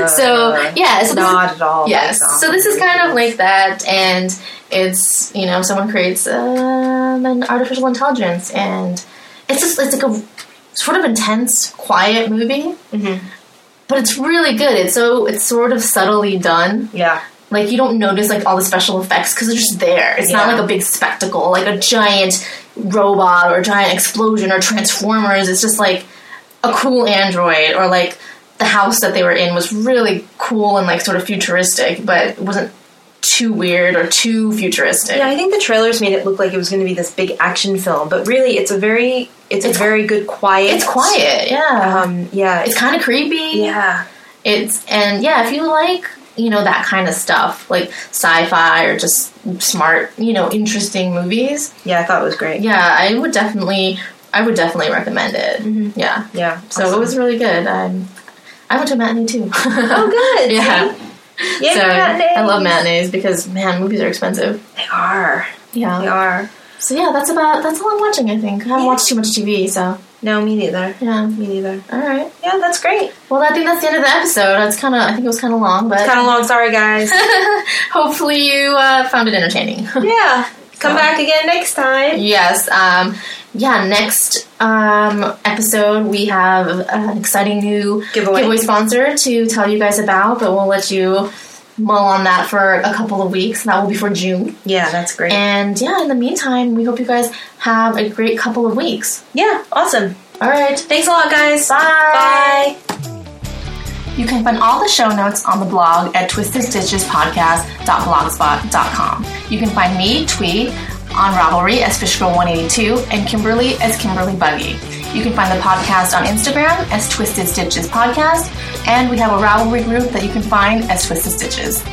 Speaker 1: so yeah, so this is-
Speaker 2: Uh, not at all.
Speaker 1: Yes.
Speaker 2: like
Speaker 1: So this is
Speaker 2: zombie
Speaker 1: kind of
Speaker 2: movies.
Speaker 1: like that, and it's you know someone creates um, an artificial intelligence, and it's just it's like a sort of intense, quiet movie,
Speaker 2: Mhm.
Speaker 1: but it's really good. It's so it's sort of subtly done.
Speaker 2: yeah,
Speaker 1: Like you don't notice like all the special effects because they're just there. It's not
Speaker 2: Yeah.
Speaker 1: like a big spectacle, like a giant robot or a giant explosion or transformers. It's just like a cool android or like the house that they were in was really cool and like sort of futuristic, but it wasn't too weird or too futuristic.
Speaker 2: yeah. I think the trailers made it look like it was going to be this big action film, but really, it's a very, it's,
Speaker 1: It's-
Speaker 2: a very good quiet.
Speaker 1: it's quiet. Yeah,
Speaker 2: Um, yeah,
Speaker 1: it's kind of creepy.
Speaker 2: yeah.
Speaker 1: It's and yeah, if you like you know that kind of stuff, like sci-fi or just smart, you know, interesting movies.
Speaker 2: Yeah, I thought it was great.
Speaker 1: Yeah, I would definitely, I would definitely recommend it. Yeah,
Speaker 2: Yeah.
Speaker 1: so it was really good. Um, I went to a matinee too.
Speaker 2: Oh, good.
Speaker 1: yeah,
Speaker 2: See? Yay,
Speaker 1: so
Speaker 2: matinees.
Speaker 1: I love matinees because man, movies are expensive.
Speaker 2: They are. They
Speaker 1: Yeah.
Speaker 2: are.
Speaker 1: So yeah, that's about that's all I'm watching. I think I haven't
Speaker 2: Yeah.
Speaker 1: watched too much TV. So
Speaker 2: No, me neither.
Speaker 1: yeah.
Speaker 2: Me neither.
Speaker 1: All right.
Speaker 2: Yeah, that's great.
Speaker 1: Well, I think that's the end of the episode. It's kind of I think it was kind of long, but
Speaker 2: Kind of long. Sorry, guys.
Speaker 1: hopefully you uh, found it entertaining.
Speaker 2: yeah. Come
Speaker 1: So.
Speaker 2: back again next time.
Speaker 1: Yes. Um, yeah. Next um, episode, we have an exciting new
Speaker 2: Giveaway.
Speaker 1: giveaway sponsor to tell you guys about, but we'll let you mull on that for a couple of weeks. That will be for June.
Speaker 2: Yeah, that's great.
Speaker 1: And yeah, in the meantime, we hope you guys have a great couple of weeks.
Speaker 2: yeah, awesome.
Speaker 1: All right.
Speaker 2: Thanks a lot, guys.
Speaker 1: Bye.
Speaker 2: Bye.
Speaker 1: You can find all the show notes on the blog at twistedstitchespodcast.blogspot.com. You can find me, Tweet, on Ravelry as Fishgirl182 and Kimberly as Kimberly Buggy. You can find the podcast on Instagram as Twisted Stitches Podcast, and we have a Ravelry group that you can find as Twisted Stitches.